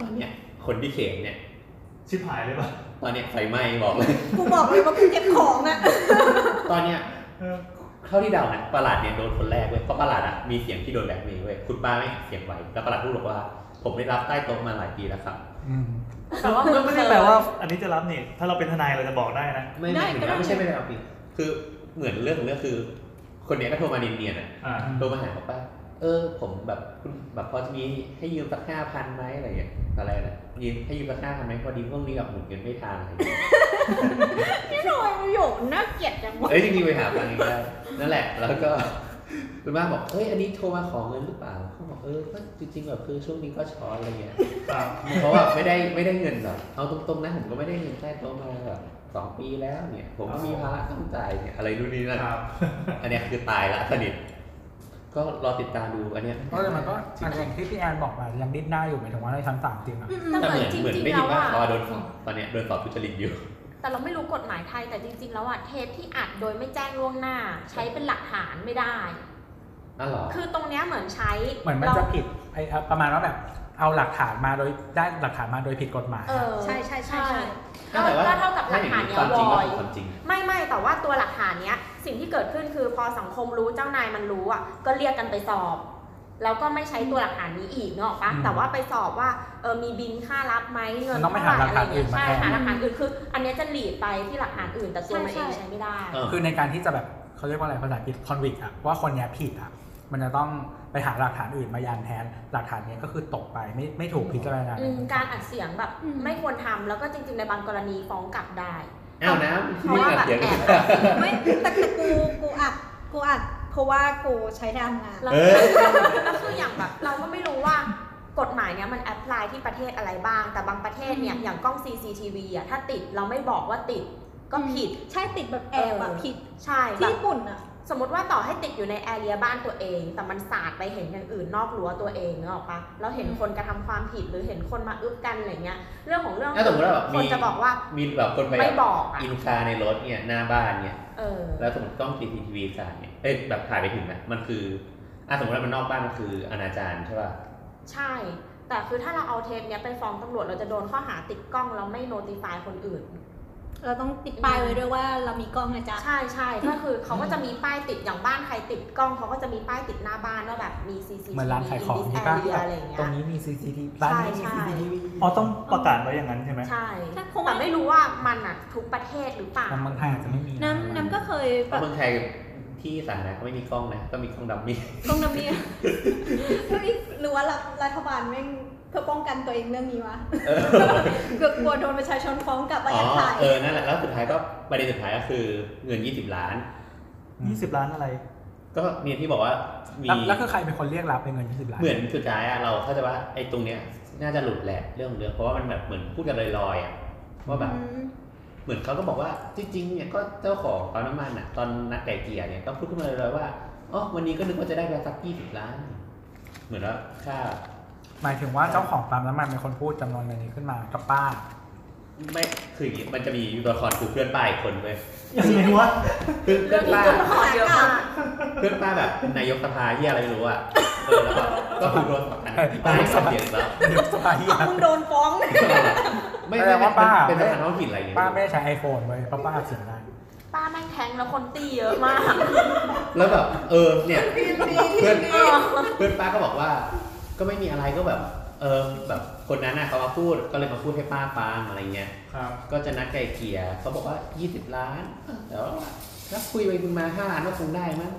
C: ตอนเนี้ยคนที่เขมเนี่ย
D: ชิบหายเลยป่ะ
C: ตอนเนี้ยไฟไหม้บอก เลย
E: กูบอกเลยว่ากูเก็บของอะ
C: ตอนเนี้ย
D: เออ
C: เท่าที่เดานะประหลาดเนี่ยโดนคนแรกเว้ยเพราะประหลาดอ่ะมีเสียงที่โดนแบล็กเมย์เว้ยคุณป้าไม่เสียงไว้แล้วประหลาดพูดบอกว่า ผมได้รับใต้โต๊ะมาหลายปีแล้วครับ
F: อืม
B: แต่ว่า
D: ก็
B: มัน
D: ไม่
B: เค
D: ได้
B: ย
D: แปลว่า อันนี้จะรับนี่ ถ้าเราเป็นทนายเราจะบอกได้นะ
C: ไม่
E: ได้
C: ไม่ถึง
E: ก็ได้
C: นะไม่ใช่ไม่ได้เอาผิดคือเหมือนเรื่องของเรื่องคือ คนเนี้ยก็โทรมาเนียนๆอ่ะ
D: อ่า
F: ม
C: โทรมาหาบอกว่าเออ ผมแบบคุณแบบพอจะมีให้ยืมสักห้าพันไหมอะไรอย่างเงี้ยอะไรนะยืมให้ยืมสักห้าพันไหมพอดีพวกนี้แบบหมุนเงินไม่ทันอะไรอย่างเงี้ย
B: ที่รอยประโยคน่าเกลียดจังวะ
C: เอ้ยจริงๆไปหาฟังเองได้นั่นแหละ แล้วก็คุณป้าบอกเอ้ยอันนี้โทรมาขอเงินหรือเปล่าเขาบอกเออก็จริงๆแบบคือช่วงนี้ก็ช้อนอะไรเงี้ยเพราะว่าไม่ได้ไม่ได้เงินหรอกเอาตรงๆนะผมก็ไม่ได้เงินใต้โต๊ะมาแบบสองปีแล้วเนี่ย ผมก็มีภาระต้องจ่ายเนี่ยอะไรนู่นนี่นั่น
D: ครับ
C: อันเนี้ยคือตายละสนิท ก็รอติดตามดูอันเนี้ย
F: เพราะแต่มันก็อย่างที่พี่แอนบอกมายังดิ้นหน้าอยู่หมายถึงว่าในชั้นศาลจริงอะ
E: แต่
C: แต่
E: เห
C: เห
E: มื
C: มื
E: อ
C: อน
E: จ
C: นเหมือน
E: ริงๆ
C: ได้
E: แล้ว
C: ยินว่า
E: อะ
C: อ๋อโดนสอบตอนเนี้ยโดนสอบทุจริตอยู่
B: แต่เราไม่รู้กฎหมายไทยแต่จริง ๆ แล้วอ่ะเทปที่อัดโดยไม่แจ้งล่วงหน้า ใช้เป็นหลักฐานไม่ได้
C: อ้าวเหรอ
B: คือตรงเนี้ยเหมือนใช้
F: เหมือนมันจะผิดไอ้ประมาณว่าแบบเอาหลักฐานมาโดยได้หลักฐานมาโดยผิดกฎหมาย
B: เออ
E: ใช่ใช่ใช่ใช่
B: ก็ก็เท่ากับหลักฐานเนี่ย
C: ถ้อย่งความจริงก็
B: ลอย
C: คือความจริง
B: ไม่ไม่แต่ว่าตัวหลักฐานเนี้ย สิ่งที่เกิดขึ้นคือพอสังคมรู้เจ้านายมันรู้อ่ะก็เรียกกันไปสอบ แล้วก็ไม่ใช้ตัวหลักฐานนี้อีกเนกอะปะแต่ว่าไปสอบว่าเออมีบินค่ารับไหมเงิน
F: มันต้องไปหาหลักฐานอื่นมา
B: ใช่
F: แทน
B: หาหลักฐานอื่นคือ อันเนี้ยจะหลีดไปที่หลักฐานอื่นแต่ตัวมันเอง
E: ใช่ใช่
B: ใช้ไม่ได้
C: เออ
F: คือในการที่จะแบบเขาเรียกว่าอะไรภาษาอังกฤษคอนวิกอะว่าคนเนี้ยผิดอะมันจะต้องไปหาหลักฐานอื่นมายันแทน หลักฐานเนี้ยก็คือตกไปไม่ไม่ถูกพิจารณา
B: อืมการอัดเสียงแบบ
E: อืม
B: ไม่ควรทำแล้วก็จริง ๆ ในบางกรณีฟ้องกลับได้
C: อ้าวนะ
B: เพราะว่าแบบ
C: เดี๋ยว
B: แอบ
E: ไม่แต่แต่กูกูอัดกูอัดเพราะว่ากูใช้ทำงาน
B: แล้ว
C: เออ
B: แล้วคืออย่างแบบเราก็ไม่รู้ว่ากฎหมายเนี้ยมันแอพพลายที่ประเทศอะไรบ้าง แต่บางประเทศเนี่ยอย่างกล้อง CCTV อ่ะถ้าติดเราไม่บอกว่าติดก็ผิด
E: ใช่ติดแบบแอบอะ
B: เออ
E: ผิด
B: ใช่แบ
E: ที่
B: บ
E: ญี่ปุ่นอะ
B: สมมติว่าต่อให้ติดอยู่ในแอเรียบ้านตัวเอง แต่มันสาดไปเห็นอย่างอื่นนอกรั้วตัวเองเนกอะปะเราเห็น
E: อืม
B: คนกระทำความผิดหรือเห็นคนมาอึกกันอะไรเงี้ยเรื่องของเรื่อง
C: แล้วสมมุติว่าแบบมี
B: คนจะบอกว่า
C: มีแบบคนไป
B: ไม่บอกอ่ะ
C: อินคาในรถเนี่ยหน้าบ้านเนี่ย
B: เออ
C: แล้วสมมติกล้อง CCTV สายเนี่ยเอ้ยแบบถ่ายไปถึงนะมันคืออ่ะสมมติว่ามันนอกบ้านมันคืออนาจารใช่ป่ะ
B: ใช่ แต่คือถ้าเราเอาเทปเนี้ยไปฟ้องตำรวจเราจะโดนข้อหาติดกล้องแล้วไม่โนติฟายคนอื่น
E: เราต้องติดป้ายไว้ด้วยว่าเรามีกล้องนะจ๊ะ
B: ใช่ใช่ก็คือเขาก็จะมีป้ายติดอย่างบ้านใครติดกล้องเขาก็จะมีป้ายติดหน้าบ้านว่าแบบมี CCTV
F: เหมือนร้านขายของ
B: นี่
F: นี่ป่ะ
B: area อะไรอย่างเงี้ย
F: ตรงนี้มี CCTV บ้านนี้มี
B: ใช่ใช่
F: CCTV
D: อ๋อต้องประกาศไว้อย่างนั้นใช่ไหม
B: ใช่
E: แต่คง
B: แต่ไม่รู้ว่ามันอ่ะทุกประเทศหรือเปล่า
F: แต่เมืองไทยอาจจะไม่มี
E: น้ำน้ำก็เคย
C: เพ
E: แบ
C: ราะ
E: บ
C: เมืองไทยที่สาธารณะก็ไม่มีกล้องนะก็มีกล้องดั มมี่
E: ต้องน้ำเนี่ยก็มีหรือว่ารัฐรัฐบาลแม่งเพื่อป้องกันตัวเองเรื่องนี้วะ
C: เออ
E: เกือบกลัวโดนประชาชนฟ้องกลับมาแอ
C: อ๋อบ
E: ถ่าย
C: เออนั่นแหละแล้วสุดท้ายก็ประเด็นสุดท้ายก็คือเงิน 20 ล้าน
D: ยี่สิบล้านอะไร
C: ก็เนี่ยที่บอกว่ามี
F: แล้วแล้วคือใครเป็นคนเรียกรับเป็นเงินยี่สิบล้าน
C: เหมือนสุดท้ายอะเราเข้าใจว่าไอ้ตรงเนี้ยน่าจะหลุดแหละเรื่องเรื่องเพราะว่ามันแบบเหมือนพูดกันลอยๆอะว่าแบบ
E: อืม
C: เหมือนเขาก็บอกว่าจริงๆเนี่ยก็เจ้าของปั๊มน้ำมันอ่ะตอนนัดไก่เกลียเนี่ยก็พูดขึ้นมาเลยๆว่าอ๋อวันนี้ก็นึกว่าจะได้ราคายี่สิบล้าน เหมือนว่าค่า
F: หมายถึงว่าเจ้าของปั๊มน้ำมันเป็นคนพูดจำนวนเงินนี้ขึ้นมากับป้า
C: ไม่คืออย่างงี้มันจะมีตัวละครคือเพื่อนป้าอีกคนเว้ย
D: ยังไงวะ
C: คือเพื่อนป้า
B: เรื่องนี้ก็ขอเยอะมาก
C: เพื่อนป้าแบบเป็นนายกสภาเหียอะไรไม่รู้อ่ะเออแล้วก็ก็คือโดนอันที่ป้าให้ความเสียงแล้ว
F: เดี๋ยวสบายเหี้ย
E: มึงโดนฟ้อง
C: ไม่
F: แปล
C: ไม่
F: ว่าป้า
C: เป็นทหารท้องถิ่นอะไรอย่างเงี้ย
F: ป้าไม่ได้ใช้ iPhone เว้ยเพราะป้าเสียงได้
B: ป้าแม่งแทงแล้วคนตีเยอะมาก
C: แล้วแบบเออเนี่ยเพื่อน เพื่อนป้าก็บอกว่าก็ไม่มีอะไรก็แบบ เออแบบคนนั้นน่ะเขามาพูดก็เลยมาพูดให้ป้าฟังอะไรเงี้ย
D: ครับ
C: ก็จะนัดไกลเกลี่ยเขาบอกว่า 20 ล้านแต่ว่าถ้าคุยไปคุยมา5ล้านก็คงได้มั้ง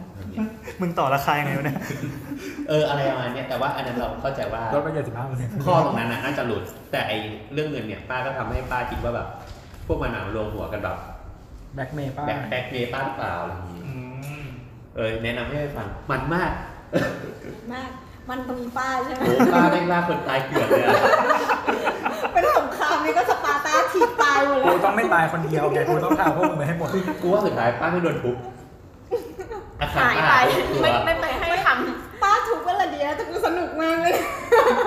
D: มึงต่อราคายังไงวะเนี่ย
C: เอออะไรประมาณเนี้ยแต่ว่าอันนั้นเราเข้าใจว่า
F: ลดไปเจ็ดสิบห้าเปอร์เซ็นต์
C: ข้อตรงนั้นน่ะน่าจะหลุด แต่ไอเรื่องเงินเนี่ยป้าก็ทำให้ป้าคิดว่าแบบ พวกมันหนาวรวมหัวกันแบบ
F: แบ็กเมย์ป้า
C: แบกแบกเมย์ป้าหรือเปล่าอะไรอย่างงี้
D: อืม
C: เออแนะนำให้ไปฟังมันมาก
E: มาก มันตรงมีป้าใช่ไหม
C: โอ้ป้าแม่งลากคนตายเกลื่อนเลยอะ
E: เป็นสงครามนี่ก็สปาร์ตาฉีดตายหมดเล
F: กู
E: ย
F: ต้องไม่ตายคนเดียวไงกูต้องพาพวกมึงไปให้หมด
C: กูว่าสุดท้ายป้าไม่โดนทุบอาคาร
B: หาย
C: ป้า
B: ไป
C: ตัว
B: ไม่ไม่ไปให้ค
E: ป้าถูกก็ละเดียแต่กูสนุกมากเลย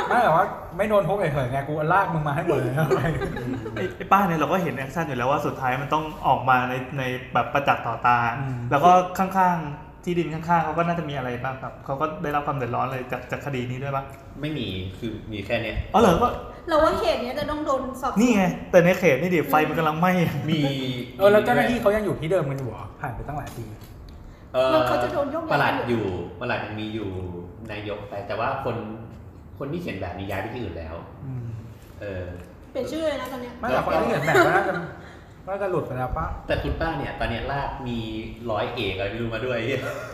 F: ไม่หรอกว่าไม่โดนพวกไอ้เหินไง กูลากมึงมาให้หมดเลยอะไร
D: ไอ้ไอ้ป้าเนี่ยเราก็เห็นแอคชั่นอยู่แล้วว่าสุดท้ายมันต้องออกมาในในแบบประจักษ์ต่อตา แล้วก็ข้างๆ ที่ดินข้างๆเขาก็น่าจะมีอะไรบ้างครับเขาก็ได้รับความเดือดร้อนเลยจากจากคดีนี้ด้วยปะ
C: ไม่มีคือมีแค่เนี้ย
D: อ๋อเหรอก็
E: เราว่าเขตเนี้ยจะต้องโดนสอบ
D: นี่ไง แต่ในเขตนี่ดิไฟมันกำลังไหม้
C: มี
F: เออแล้วเจ้าหน้าที่เขายังอยู่ที่เดิมกันอยู่เหรอผ่านไปตั้งหลายปี
C: เอ่อ
E: เขาจะโดนโยก
C: ประหลั
E: ย้าย
C: ดอยู่ประหลัดยังมีอยู่นายกไป แต่ว่าคนคนที่เขียนแบบนี้ย้ายไปที่อื่นแล้ว
F: อืม
C: เออ
E: เปลี่ยนชื่อเลยนะตอนเนี้ย
F: ไม่แต่คนที่เห็นแบบว่าน่าจะน่าจะหลุดไปแล้วป้า
C: แต่คุณป้าเนี่ย ตอนเนี้ยลากมีร้อยเอกอะไรไม่รู้มาด้วย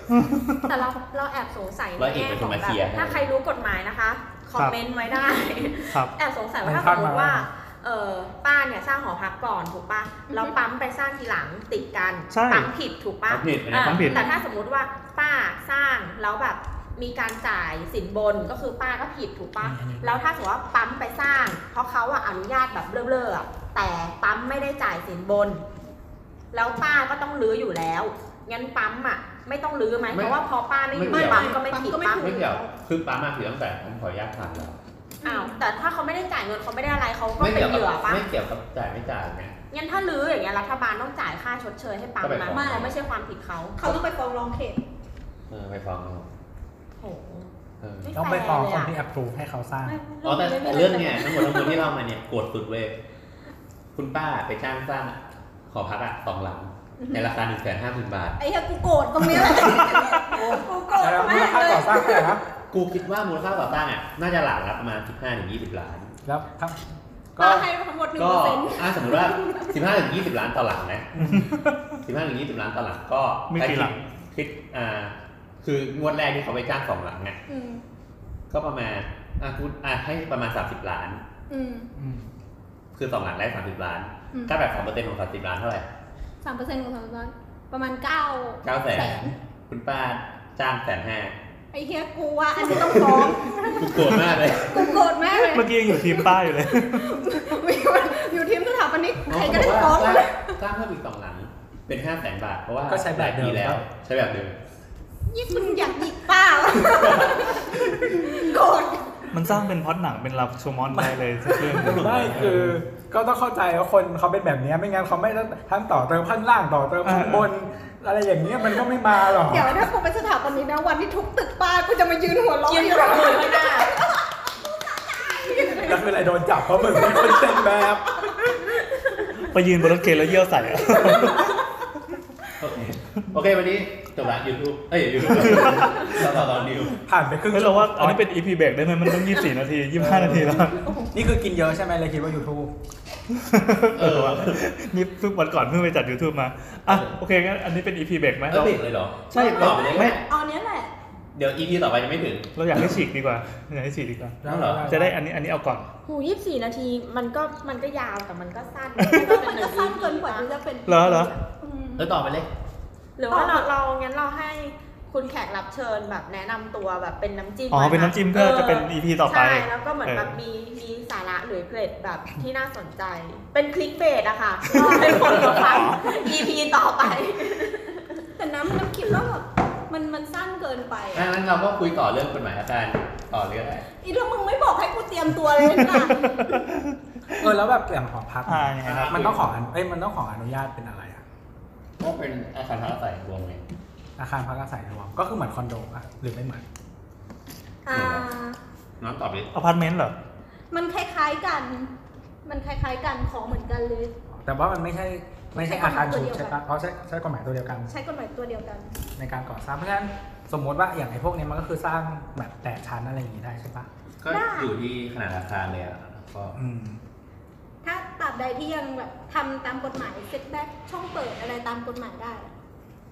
B: ำแต่เราเราแอบสงสัยใน
C: ร้อยเอก
B: แง่
C: เป็น
B: ข
C: ค
B: อน ง
C: มา
B: แบ
C: เคลียร์
B: บถ้าใครรู้กฎหมายนะคะ คอมเมนต์ไว้ได้
D: ครับ
B: แอบสงสัยว่าถ้าสมมติว่าเออป้าเนี่ยสร้างหอพักก่อนถูกปะแล้วปั๊มไปสร้างทีหลังติดกัน
D: ใช่
B: ปั๊มผิดถูกปะ
C: ปั๊มผิดนะ
B: อ่ะ
D: ปั๊มผิด
B: แต่ถ้าสมมติว่าป้าสร้างแล้วแบบมีการจ่ายสินบนก็คือป้าก็ผิดถูกปะแล้วถ้าสมมติว่าปั๊มไปสร้าง เพราะเขาอะอนุญาตแบบเบลอๆอะแต่ปั๊มไม่ได้จ่ายสินบน แล้วป้าก็ต้องรื้ออยู่แล้วงั้นปั๊มอะไม่ต้องรื้อไหม
C: ไม่
B: เพราะว่าพอป้าไม่อยู่
C: ไม่
B: ปั๊มก็ไม่ผิดปะ
C: ไม่เกี่ยวคือป้ามาคือตั้งแต่ผมขออนุญาตผ่านแล้ว
B: อ้าวแต่ถ้าเขาไม่ได้จ่ายเงินเขาไม่ได้อะไรเขาก็
C: ไม่
B: เป็น
C: เกี่ยว
B: เห
C: กับ
B: ยื่อปะ
C: ไม่เกี่ยวกับจ่ายไม่จ่ายไง
B: งั้นถ้าลื้ออย่างเงี้ยรัฐบาลต้องจ่ายค่าชดเชยให้ปั๊ม
C: ก็ไป
B: นะ
C: ฟ้อง
B: ไม่ไม่ใช่ความผิดเขา
E: เขาต้องไปฟ้องร้องเขต
C: เออไปฟ้องเอา
B: โห
C: เออ
F: ต้องไปฟ้องคน
B: ไม่แฟร์เลยอะ
F: ที่แอปพรูให้เขาสร้าง
C: อ๋อแต่แต่เรื่องเนี่ยทั้งหมดทั้งมวลที่เล่ามาเนี่ยโกรธสุดเว้ยคุณป้าไปจ้างสร้างหอพักอะสองหลัง
E: อือฮึ
C: ในราคาหนึ่งแสนห้าหมื่นบาท
E: ไอ้เหี้ยกูโกรธตรงเนี้ยแหละ กูโกรธ
F: แล้วมูล
E: มาก
F: ค่า
E: เลย
F: ก่อสร้างเท่าไหร่นะ
C: กูคิดว่ามูลค่าก่อสร้างอะน่าจะหลังละประมาณสิบห้าถึงยี่สิบล้าน
F: แล้วทั้ง
E: ป้าให้ทั้งหมดหนึ่ง
C: ก็
E: เปอร์เซ็นต์
C: อ่ะสมม ติว่าสิบห้าถึงยี่สิบล้านต่อหลังนะสิบห้าถึงยี่สิบล้านต่อหลังก็
D: มีกี่หลัง
C: คิดอ่าคืองวดแรกที่เขาไปจ้างสองหลังอะ
E: อืม
C: ก็ประมาณอ่ะกูอ่ะให้ประมาณสามสิบล้าน
E: อืม
F: อืม
C: คือสองหลังได้สามสิบล้าน
E: อืม
C: ถ้าแบบสองเปอร์เซ็นต์ของสามสิบล้านเท่าไหร่
E: สามเปอร์เซ็นต์ของสามร้อยประมาณเก้า
C: เก้าแสน
E: แสน
C: คุณป้าจ้างแสนห้า
E: ไอ้เฮียกูว่าอันนี้ต้องฟ้อง
C: กูโกรธมากเลย
E: กูโกรธมากเลย
D: เมื่อกี้ยังอยู่ทีมป้าอยู่เลย
E: อยู่ทีมสถาปนิกใครก็
C: น้
E: ได้
C: ง
E: ฟ้อง
C: เขาบว่า
E: เลย
C: จ้างจ้างเพิ่มอีกสองหลัง เป็นห้าแสนบาท เพราะว่า
F: ก็ใช้แบบเดิ
C: หลาย
F: ม
C: ปีแล้ว ใช้แบบเดิม
E: นี่คุณอย ากหยิกป้าวะโกรธ
D: มันสร้างเป็นพล็อดหนังเป็นลาบชูมอน ได้เลยสักเรื่องหนึ่ง
F: ไม่คือก็ต้องเข้าใจว่าคนเขาเป็นแบบเนี้ยไม่งั้นเขาไม่ต้องทั้งต่อเติมข้างล่างต่อเติมข้างบน อะไรอย่างเงี้ยมันก็ไม่มาหรอก
E: เดี๋ยวถ้ากูเป็นสถาปนิกนะวันที่ทุกตึกป้ากูจะมายืนหัวเราะ
B: ยืน
E: อยู่
B: ปรบมือไม่ ได้
F: แล้วคืออะไรโดนจับเพราะมึงเป็นคนเต้นแบบ
D: ไปยืนบนรถเกลแล้วเยี่ยวใส่อะ
C: โอเคโอเค วันนี้จบละยูทูบเอ้ยยู ทูบสาวสาวนิว
F: ผ่านไปครึ่ง
D: เฮ้ยเราว่าอันนี้เป็นอีพีเบรกได้ไหมมันต้อง 24 นาที 25 นาทีแล้ว
F: นี่คือกินเยอะใช่ไหมเลยคิดว่า YouTube
C: เออว่ะ
D: นี่เพิ่งวันก่อนเพิ่งไปจัด YouTube มาอ่ะโอเคงั้นอันนี้เป็นอีพีเบรกไหม
C: เอ้ย
D: เรา
C: เบรกเลยเหรอ
D: ใช่
C: ต่อไปเลย
D: ไม่
E: เอาเนี้ยแหละ
C: เดี๋ยวอีพีต่อไปยังไม่ถึง
D: เราอยากให้ฉีกดีกว่าอยากให้ฉีกดีกว่า
C: แล้วเหรอ
D: จะได้อันนี้อันนี้เอาก่อน
B: หูยี่สี่นาทีมันก็มันก็ยาวแต่มันก็สั้น
E: มันจะสั้นเกินกว่าที่จะเป็น
D: เหรอเหรอ
E: อืม
C: แล้วต่อไปเลย
B: หรือว่าเราเรางั้นเราให้คุณแขกรับเชิญแบบแนะนำตัวแบบเป็นน้ำจิ้ม
D: อ๋อเป็นน้ำจิ้มเพื่อจะเป็นอีพีต่อไป
B: ใช่แล้วก็เหมือนแบบมีมีสาระหรือเกร็ดแบบที่น่าสนใจ เป็นคลิกเบสอะ ค่ะก็ให้คนมาฟัง EP ต่อไป
E: แต่น้ำน้ำคิดว่าแบบมันมันสั้นเกินไป
C: อ่ะ
E: อะ
C: งั้นเราก็คุยต่อเรื่องกฎหมายอาการต่อเรื่องอะไร
E: อีแล้วมึงไม่บอกให้กูเตรียมตัวเลยนะ
F: เออแล้วแบบอย่างหอพัก
D: อ่ายังไงครับ
F: มันต้องขออนุเอ้ยมันต้องขออนุญาตเป็นอะไรอะ
C: ก็เป็นอาคารพักอาศัยรวมไง
F: อาคารพักอาศัยรวมก็คือเหมือนคอนโดอะหรือไม่เหมือน
E: อ่า
C: น้องตอบดิ
D: อพาร์ตเมนต์เหรอ
E: มันคล้ายๆกัน มันคล้ายๆกันของเหมือนกันเลย
F: แต่ว่ามันไม่ใช่ไม่ใช่
E: ใช้กฎหมาย
F: อาคาร
E: ตัว
F: ชุด
E: เดียวกัน
F: ใช่ปะเพราะใช้ใช้กฎหมายตัวเดียวกัน
E: ใช้กฎหมายตัวเดียวกัน
F: ในการก่อสร้างเพราะฉะนั้นสมมติว่าอย่างไอ้พวกเนี้ยมันก็คือสร้างแบบแปดชั้นอะไรอย่างงี้ได้ใช่ปะ
C: ก็อยู่ที่ขนาดอาคารเลยอ่ะก็
F: อืม
E: ถ้าตราบใดที่ยังแบบทำตามกฎหมายเซ็ตแบ็ช่องเปิดอะไรตามกฎหมายได้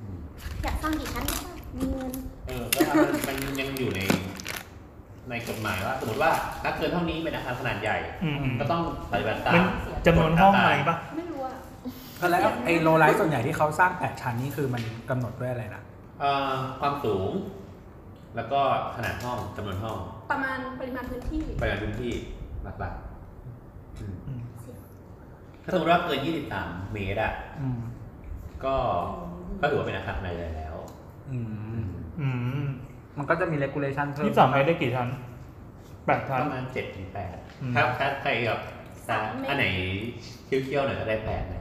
C: อืม
E: อยากสร้างกี่ชั้นก็ได้มีเงิน
C: เออก็มันยังอยู่ใน ในกฎหมายว่า สมมติว่าถ้าเกินเท่านี้เป็นอาคารขนาดใหญ่
D: อืมอืม
C: ก็ต้องปฏิบัติตา
D: เป็น
C: ม
D: จำนวนห้องอะไรปะ
E: ไม่รู้อะ
F: แล้วไอ้โลไลท์ส่วนใหญ่ที่เขาสร้างแปดชั้นนี่คือมันกำหนดด้วยอะไรนะ
C: เอ่อความสูง แล้วก็ขนาดห้องจำนวนห้อง
E: ประมาณปริมาณพื้นที่
C: ปริมาณพื้นที่หลักๆอืม
D: อืม
C: ถ้าสมมติว่าเกิน 23 เมตรอ่ะ
F: อืม
C: ก็ก็ถือว่าเป็นอาคารขนาดใหญ่แล้ว
F: อืม
D: อืม
F: มันก็จะมี regulation เพิ่ม
D: ยี่สิบสามเมตรได้กี่ชั้นแปด
C: ป
D: ชั้น
C: ระมาณเจ็ดถึงแปด
D: อืม
C: ถ้าถ้าใครแบบ
E: สามเมตร
C: อันไหนเคี้ยวๆหน่อยก็ได้แปดนะ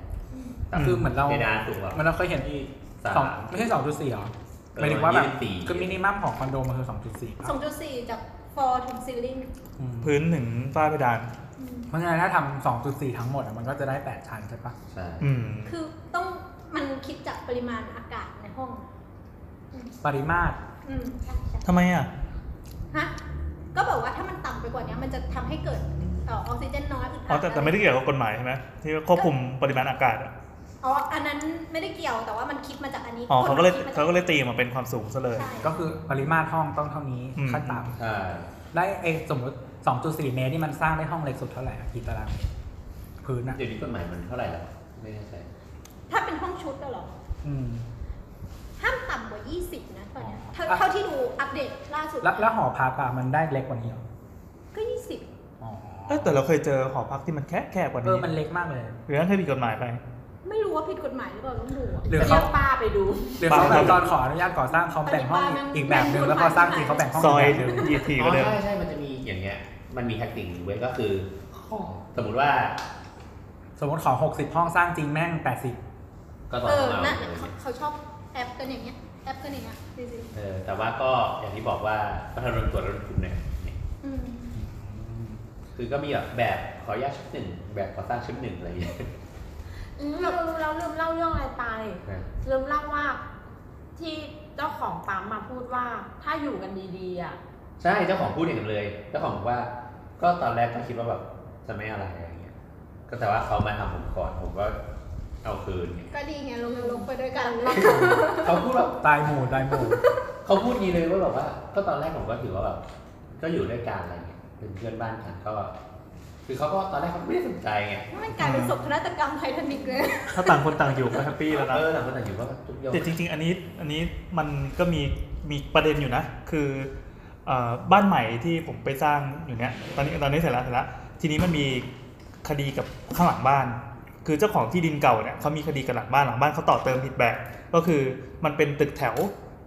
F: คือเหมือนเรา
C: เพดานสูงกว่า
F: เหมันเราเคยเห็นที่
C: สาม
F: สองไม่ใช่สองจุดสี่หรอ
C: เออ
F: หมายถึงว่าแบบ
C: 24
F: คือมินิมัมของคอนโดมันคือสองจุดสี่
E: สองจุดสี่จากฟอร์ถึงซีลิง
D: พื้นถึงฝ้าเพดาน
F: เพราะฉะนั้นถ้าทำสองจุดสี่ทั้งหมดอะมันก็จะได้แปดชั้นใช่ปะ
C: ใช่
D: อืม
E: คือต้องมันคิดจากปริมาณอากาศในห้อง
F: ปริมาตร
E: อืมใช่ใช่
D: ทำไมอ่ะ
E: ฮะ ก็บอกว่าถ้ามันต่ำไปกว่านี้มันจะทำให้เกิดเออออกซิเจนน้อยอึด
D: อ๋
E: อัด
D: อแต่แต่ไม่ได้เกี่ยวกับกฎหมายใช่ไหมที่ว่าควบคุมปริมาณอากาศอะ
E: อ๋ออันนั้นไม่ได้เกี่ยวแต่ว่ามันคิดมาจากอันนี้
D: อ๋อเขาก็เลย
E: คนมันคิดมจ
D: เขาก็เลยตีมาเป็นความสูงซะเลย
E: ใช่
F: ก็คือปริมาตรห้องต้องเท่านี้
D: อืม
F: ขั้นต่
C: ใช่
F: ำได้ไอ้สมมติสองจุดสี่เมตรนี่มันสร้างได้ห้องเล็กสุดเท่าไหร่อะกี่ตารางเมตรพื้นอะ
C: เดี๋ยวนี้กฎหมายมันเท่าไหร่แล้ว ไม่แน่ใจ
E: ถ้าเป็นห้องชุดอะเหรอ
F: อืม
E: ห้ามต่ำกว่า 20 นะตอนเนี้ยเท่า
F: อ่ะ
E: เท่าที่ดูอัปเดตล่าสุด
F: แล้วแล้วหอพักอะมันได้เล็กกว่านี้เหรอ
E: ก็
F: อ๋อ
D: เอ้ยแต่เราเคยเจอหอพักที่มันแคบแคบกว่า
F: เอ
D: นี้
F: อมันเล็กมากเลย
D: หรือนั่นเคยผิดกฎหมายไป
E: 20 ไม่รู้ว่าผิดกฎหมายหรือเปล่าต้องดูอะ
F: หรือ
B: เรี
F: เขา
B: ยกป้าไปดู
F: หรือเขาแบบ
D: ปาล์ม
F: ตอนขออนุญาตก่อสร้างเขาแบ่งห้อง
E: ปาล์ม
F: อีกแบบหนึ่งแล้วพอสร้างจริงเขาแบ่งห้อง
D: ซอย
F: อี
D: ห
F: กแบ
D: รื
F: บ
D: อ
F: หนึ่ง
D: ยีที
C: อ๋
D: ก็
C: อ
D: เดิม
C: ใช่ใช่มันจะมีอย่างเงี้ย มันมีแท็กติ่งเว้ยก็คือสมมติว่า
F: สมมติขอ 60 ห้องสร้างจริงแม่ง 80
C: ก็ต่อ
E: เออ
C: มา
E: นั่นเนี่ยเขาเขาชอบแอปกันอย่างเงี้ย แอปกันอย่างเงี้ยจริง
C: เออแต่ว่าก็อย่างที่บอกว่าประธานรนตรวจรนคุณเนี่ย
E: ๆอืม
C: คือก็มีแบบแบบขออนุญาตชุดหนึ่งแบบขอสร้างชุดหนึ่งอะไรอย่างเงี้ย
B: เราเราลืมเล่าเรื่องอะไรไป
C: นะ
B: ลืมเล่าว่าที่เจ้าของปั๊มมาพูดว่าถ้าอยู่กันดีๆอ่ะ
C: ใช่เจ้าของพูดอย่างนั้นเลยเจ้าของบอกว่าก็ตอนแรกก็คิดว่าแบบจะไม่อะไรอะไรอย่างเงี้ยก็แต่ว่าเขามาทำผมก่อนผมก็เอาคืนไง
E: ก็ดีไงลงนรกไปด้วยกัน
C: เขาพูดแบบ
F: ตายหมู่ตายหมู่
C: เขาพูดงี้เลยว่าแบบว่า ก็ตอนแรกผมก็ถือว่าแบบก็อยู่ด้วยกันอะไรเงี้ยเป็นเพื่อนบ้านกันก็แบบคือเขาก็ตอนแรกเขาไม่ได้สนใจไง
E: มันกลายเป็นศพนาฏกรรมไททานิกเลย
D: ถ้าต่างคนต่างอยู่ก็แฮปปี้แล้วนะ
C: เออต่างคนต่างอยู่ก็ทุกอย่าง
D: แต่จริง ๆ อันนี้อันนี้มันก็มีมีประเด็นอยู่นะ คือเอ่อบ้านใหม่ที่ผมไปสร้างอยู่เนี้ยตอนนี้ตอนนี้เสร็จแล้วเสร็จแล้วทีนี้มันมีคดีกับข้างหลังบ้าน คือเจ้าของที่ดินเก่าเนี่ยเขามีคดีกับหลังบ้านหลังบ้านเขาต่อเติมผิดแบบ ก็คือมันเป็นตึกแถว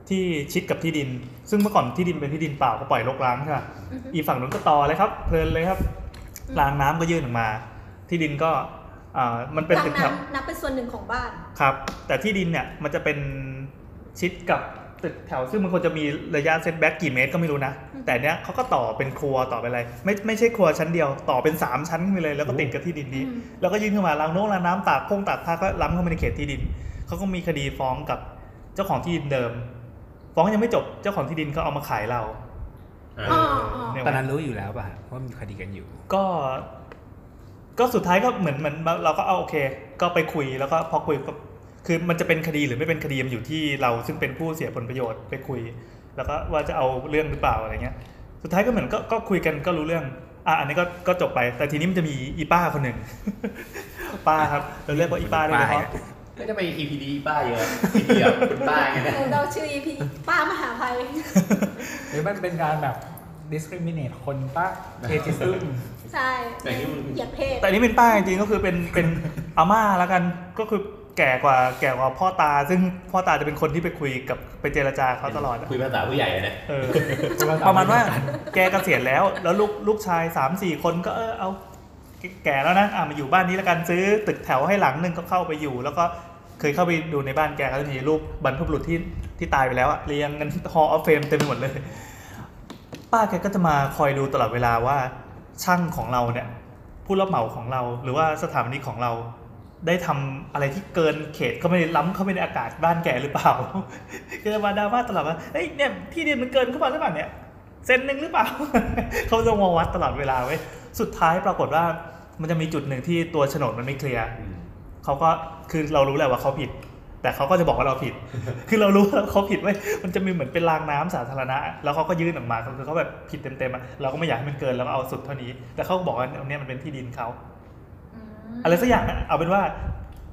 D: ที่ชิดกับที่ดิน ซึ่งเมื่อก่อนที่ดินเป็นที่ดินเปล่าก็ปล่อยรกร้างใช่ไหม
E: อือฮึ
D: อีฝั่งนู้นก็ต่อเลยครับเพลินเลยครับรางน้ำก็ยื่นออกมา ที่ดินก็อ่ามันเป็น
E: จาก
D: ตึกแถ
E: นั้
D: ว
E: นนับเป็นส่วนหนึ่งของบ้าน
D: ครับ แต่ที่ดินเนี่ยมันจะเป็นชิดกับ ตึกแถวซึ่งมันควรจะมีระยะเซตแบ็กกี่เมตรก็ไม่รู้นะ แต่เนี้ยเขาก็ต่อเป็นครัวต่อเป็นอะไร ไม่ไม่ใช่ครัวชั้นเดียวต่อเป็น 3 ชั้นขึ้นไปเลยแล้วก็ติดกับที่ดินนี้ แล้วก็ยื่นเข้ามาล้างโน้ล้างน้ำตากพงตากผ้าก็ล้ำเข้ามาในเขตที่ดินเขาก็มีคดีฟ้องกับเจ้าของที่ดินเดิม ฟ้องยังไม่จบเจ้าของที่ดินก็เอามาขายเรา
C: อ่า
E: อ๋ออ๋อ
D: เย
G: ตอนนั้นรู้อยู่แล้วป่ะว่ามีคดีกันอยู่
D: ก็ ก็สุดท้ายก็เหมือนเหมือนเราก็เอาโอเค ก็ไปคุยแล้วก็พอคุยก็คือมันจะเป็นคดีหรือไม่เป็นคดีมันอยู่ที่เราซึ่งเป็นผู้เสียผลประโยชน์ไปคุย แล้วก็ว่าจะเอาเรื่องหรือเปล่าอะไรเงี้ย สุดท้ายก็เหมือนก็ก็คุยกันก็รู้เรื่อง อ่ะอันนี้ก็ก็จบไป แต่ทีนี้มันจะมีอีป้าคนหนึ่ง ป้าครับเราเรียกว่าอีป้าได้ไหมค
G: ป้าเนี่
D: รับ
G: ย
C: ก็จะไป EP ดีป้าเยอะทีเดียวคุณป้าไงนะ
E: เราชื่อ EP ป้ามหาภัย
F: หรือมันเป็นการแบบ discriminate คนปะเอจิ ซึม
E: ใช่
C: แต่นี่มัน
E: เหยียดเพศ
D: แต่อันนี้เป็นป้าจริงๆก็คือเป็นเป็นอาม่าแล้วกันก็คือแก่กว่าแก่กว่าพ่อตา ซึ่งพ่อตาจะเป็นคนที่ไปคุยกับไปเจรจาเขาตลอดอะ
C: คุยภาษาผู้ใหญ่เลยนะ
D: เออ ประมาณว่าแกเกษียณแล้ว แล้วลูกลูกชายสามสี่คนก็เออเอา แก่แล้วนะอ่ะมาอยู่บ้านนี้แล้วกันซื้อตึกแถวให้หลังหนึ่งก็เข้าไปอยู่ แล้วก็เคยเข้าไปดูในบ้านแกก็จะมีรูปบรรพบุรุษที่ที่ตายไปแล้วอะเรียงกันฮอออฟเฟมเต็มไปหมดเลย ป้าแกก็จะมาคอยดูตลอดเวลาว่า ช่างของเราเนี่ย ผู้รับเหมาของเราหรือว่าสถาปนิกของเรา ได้ทำอะไรที่เกินเขตเข้าไปในล้ำเข้าไปในอากาศบ้านแกหรือเปล่า ก็จะมาดราม่าตลอดว่าเฮ้ยเนี่ยที่ดินมันเกินเข้ามาหรือเปล่าเนี่ยเซนหนึ่งหรือเปล่า เขาจะมาวัดตลอดเวลาไว้ยสุดท้ายปรากฏว่ามันจะมีจุดหนึ่งที่ตัวโฉนดมันไม่เคลียร์ เขาก็คือเรารู้แหละว่าเขาผิด แต่เขาก็จะบอกว่าเรา ผิด คือเรารู้ว่าเขาผิดไว้ยมันจะมีเหมือนเป็นรางน้ำสาธารณะ แล้วเขาก็ยื่นออกมาคือเขาแบบผิดเต็มๆอะเราก็ไม่อยากให้มันเกินเราก็เอาสุดเท่านี้ แต่เขาก็บอกว่าอันเนี้ยมันเป็นที่ดินเขาอะไรสักอย่างอะเอาเป็นว่า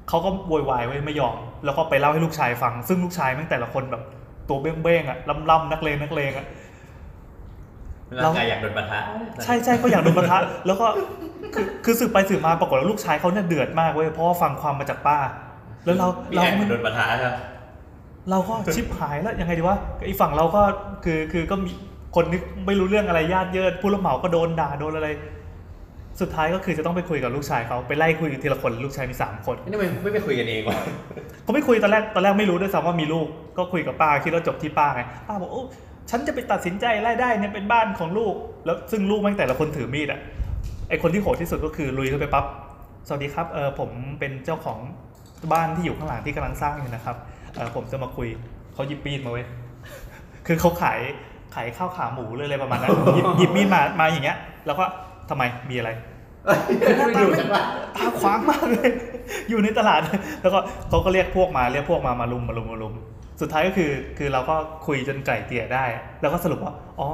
D: เขาก็โวยวายไว้ยไม่ยอม แล้วก็ไปเล่าให้ลูกชายฟัง ซึ่งลูกชายแม่งแต่ละคนแบบตัวเบ้งๆอะล่ำๆนักเลงนักเลงอะ
C: ร่างกายอยากโดนปะทะ
D: ใช่ใช่เขาอยากโดนประทะ แล้วก็คือคือสืบไปสืบมาปรากฏว่าลูกชายเขาเนี่ยเดือดมากเว้ยเพราะว่าฟังความมาจากป้า แล้วเรา
C: พี่
D: เรา
C: แอนเห
D: ก็
C: มือนโด
D: ไม่
C: นปะทะใช่ไหม
D: เราก็ชิบหายแล้วยังไงดีวะไอ้ฝั่งเราก็คือคือก็มีคนนึกไม่รู้เรื่องอะไรญาติเยิดผู้รับเหมาก็โดนด่าโดนอะไร สุดท้ายก็คือจะต้องไปคุยกับลูกชายเขาไปไล่คุยทีละคนลูกชายมีสามคน
C: นี่ทำไมไม่ไปคุยกันเองวะ
D: เขาไม่คุยตอนแรกตอนแรกไม่รู้ด้วยซ้ำว่ามีลูกก็คุยกับป้าคิดว่าจบที่ป้าไงป้าบอกโอ้ฉันจะไปตัดสินใจไล่ได้เนี่ยเป็นบ้านของลูก แล้วซึ่งลูกแม่งแต่ละคนถือมีดอ่ะไอคนที่โหดที่สุดก็คือลุยเข้าไปปั๊บสวัสดีครับเออผมเป็นเจ้าของบ้านที่อยู่ข้างหลังที่กำลังสร้างอยู่นะครับเออผมจะมาคุยเขาหยิบมีดมาเว้ย คือเขาขายขายข้าวขาหมูเลยอะไรประมาณนั้นหยิบหยิบมีดมามาอย่างเงี้ย แล้วก็ทำไมมีอะไร
C: ไม่ดูจังวะ
D: ตาขวางมากเลย อยู่ในตลาด แล้วก็เขาก็เรียกพวกมาเรียกพวกมามาลุมมาลุมมาลุม สุดท้ายก็คือคือเราก็คุยจนไกล่เกลี่ยได้ แล้วก็สรุปว่า อ๋อ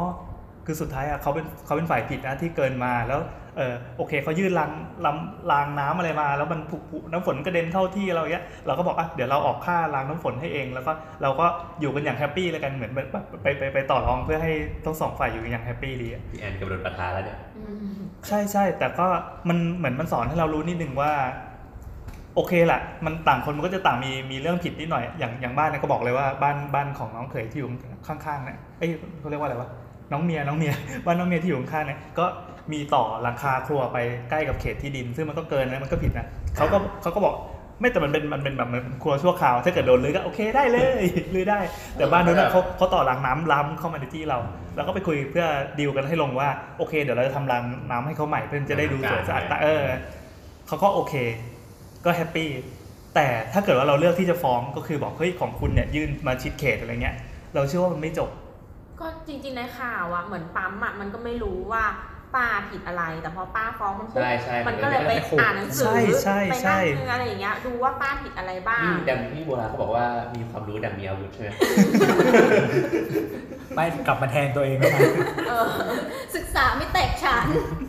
D: คือสุดท้ายอะเขาเป็นเขาเป็นฝ่ายผิดนะที่เกินมาแล้วเออโอเคเขายื่นรางรางรางน้ำอะไรมา แล้วมันผุผุน้ำฝนกระเด็นเข้าที่เราเงี้ยเราก็บอกอ่ะเดี๋ยวเราออกค่ารางน้ำฝนให้เอง แล้วก็เราก็อยู่กันอย่างแฮปปี้แล้วกันเหมือนแบบแบบไปไปไปต่อรองเพื่อให้ทั้งสองฝ่ายอยู่กันอย่างแฮปปี้ดีอะ
C: พี่แอนกับโดนปะทะแล้วเนี่ย
D: ใช่ใช่แต่ก็มันเหมือนมันสอนให้เรารู้นิดนึงว่า โอเคแหละมันต่างคนมันก็จะต่างมีมีเรื่องผิดนิดหน่อยอย่างอย่างบ้านเนะก็บอกเลยว่าบ้านบ้านของน้องเขยที่อยู่ข้างๆเนี่ยเอ้ยเขาเรียกว่าอะไรวะน้องเมียน้องเมีย บ้านน้องเมียที่อยู่ข้างๆเนี่ยก็มีต่อหลังคาครัวไปใกล้กับเขตที่ดิน ซึ่งมันก็เกินนะมันก็ผิดนะเขาก็เขาก็บอกไม่แต่มันเป็นมันเป็นแบบเหมือนครัวชั่วคราวถ้าเกิดโดนรื้อก็โอเคได้เลย รื้อได้ แต่บ้านนู้นนะเขาเขาต่อรางน้ำล้ำเข้ามาในที่เรา แล้วก็ไปคุยเพื่อดีลกันให้ลงว่าโอเค เดี๋ยวเราจะทำรางน้ำให้เขาใหม่เพื่อจะได้ดูสวยสะอาดตาเออเขาก็โอเค ก็แฮปปี้แต่ถ้าเกิดว่าเราเลือกที่จะฟ้องก็คือบอกเฮ้ยของคุณเนี่ยยื่นมาชิดเขตอะไรเงี้ย เราเชื่อว่ามันไม่จบ
B: ก็จริงๆในข่าวอะเหมือนปั๊มอะมันก็ไม่รู้ว่าป้าผิดอะไร แต่พอป้าฟ้องมันปุ๊บ
C: ใช่ใช่
B: มันก็เลย
C: มั
B: ไป
C: นก็เลยไปขู่
B: อ่านหนังสือ
D: ใช่ใช่
B: ไป
D: ใช่
B: นั่งดูอะไรอย่างเงี้ยดูว่าป้าผิดอะไรบ้าง
C: นี่ดังพี่โบราณเขาบอกว่ามีความรู้ดังมีอาวุธใช่ไหม
F: ไม่กลับมาแทนตัวเอง นะครับ
B: เออ
E: ศึกษาไม่แตกฉาน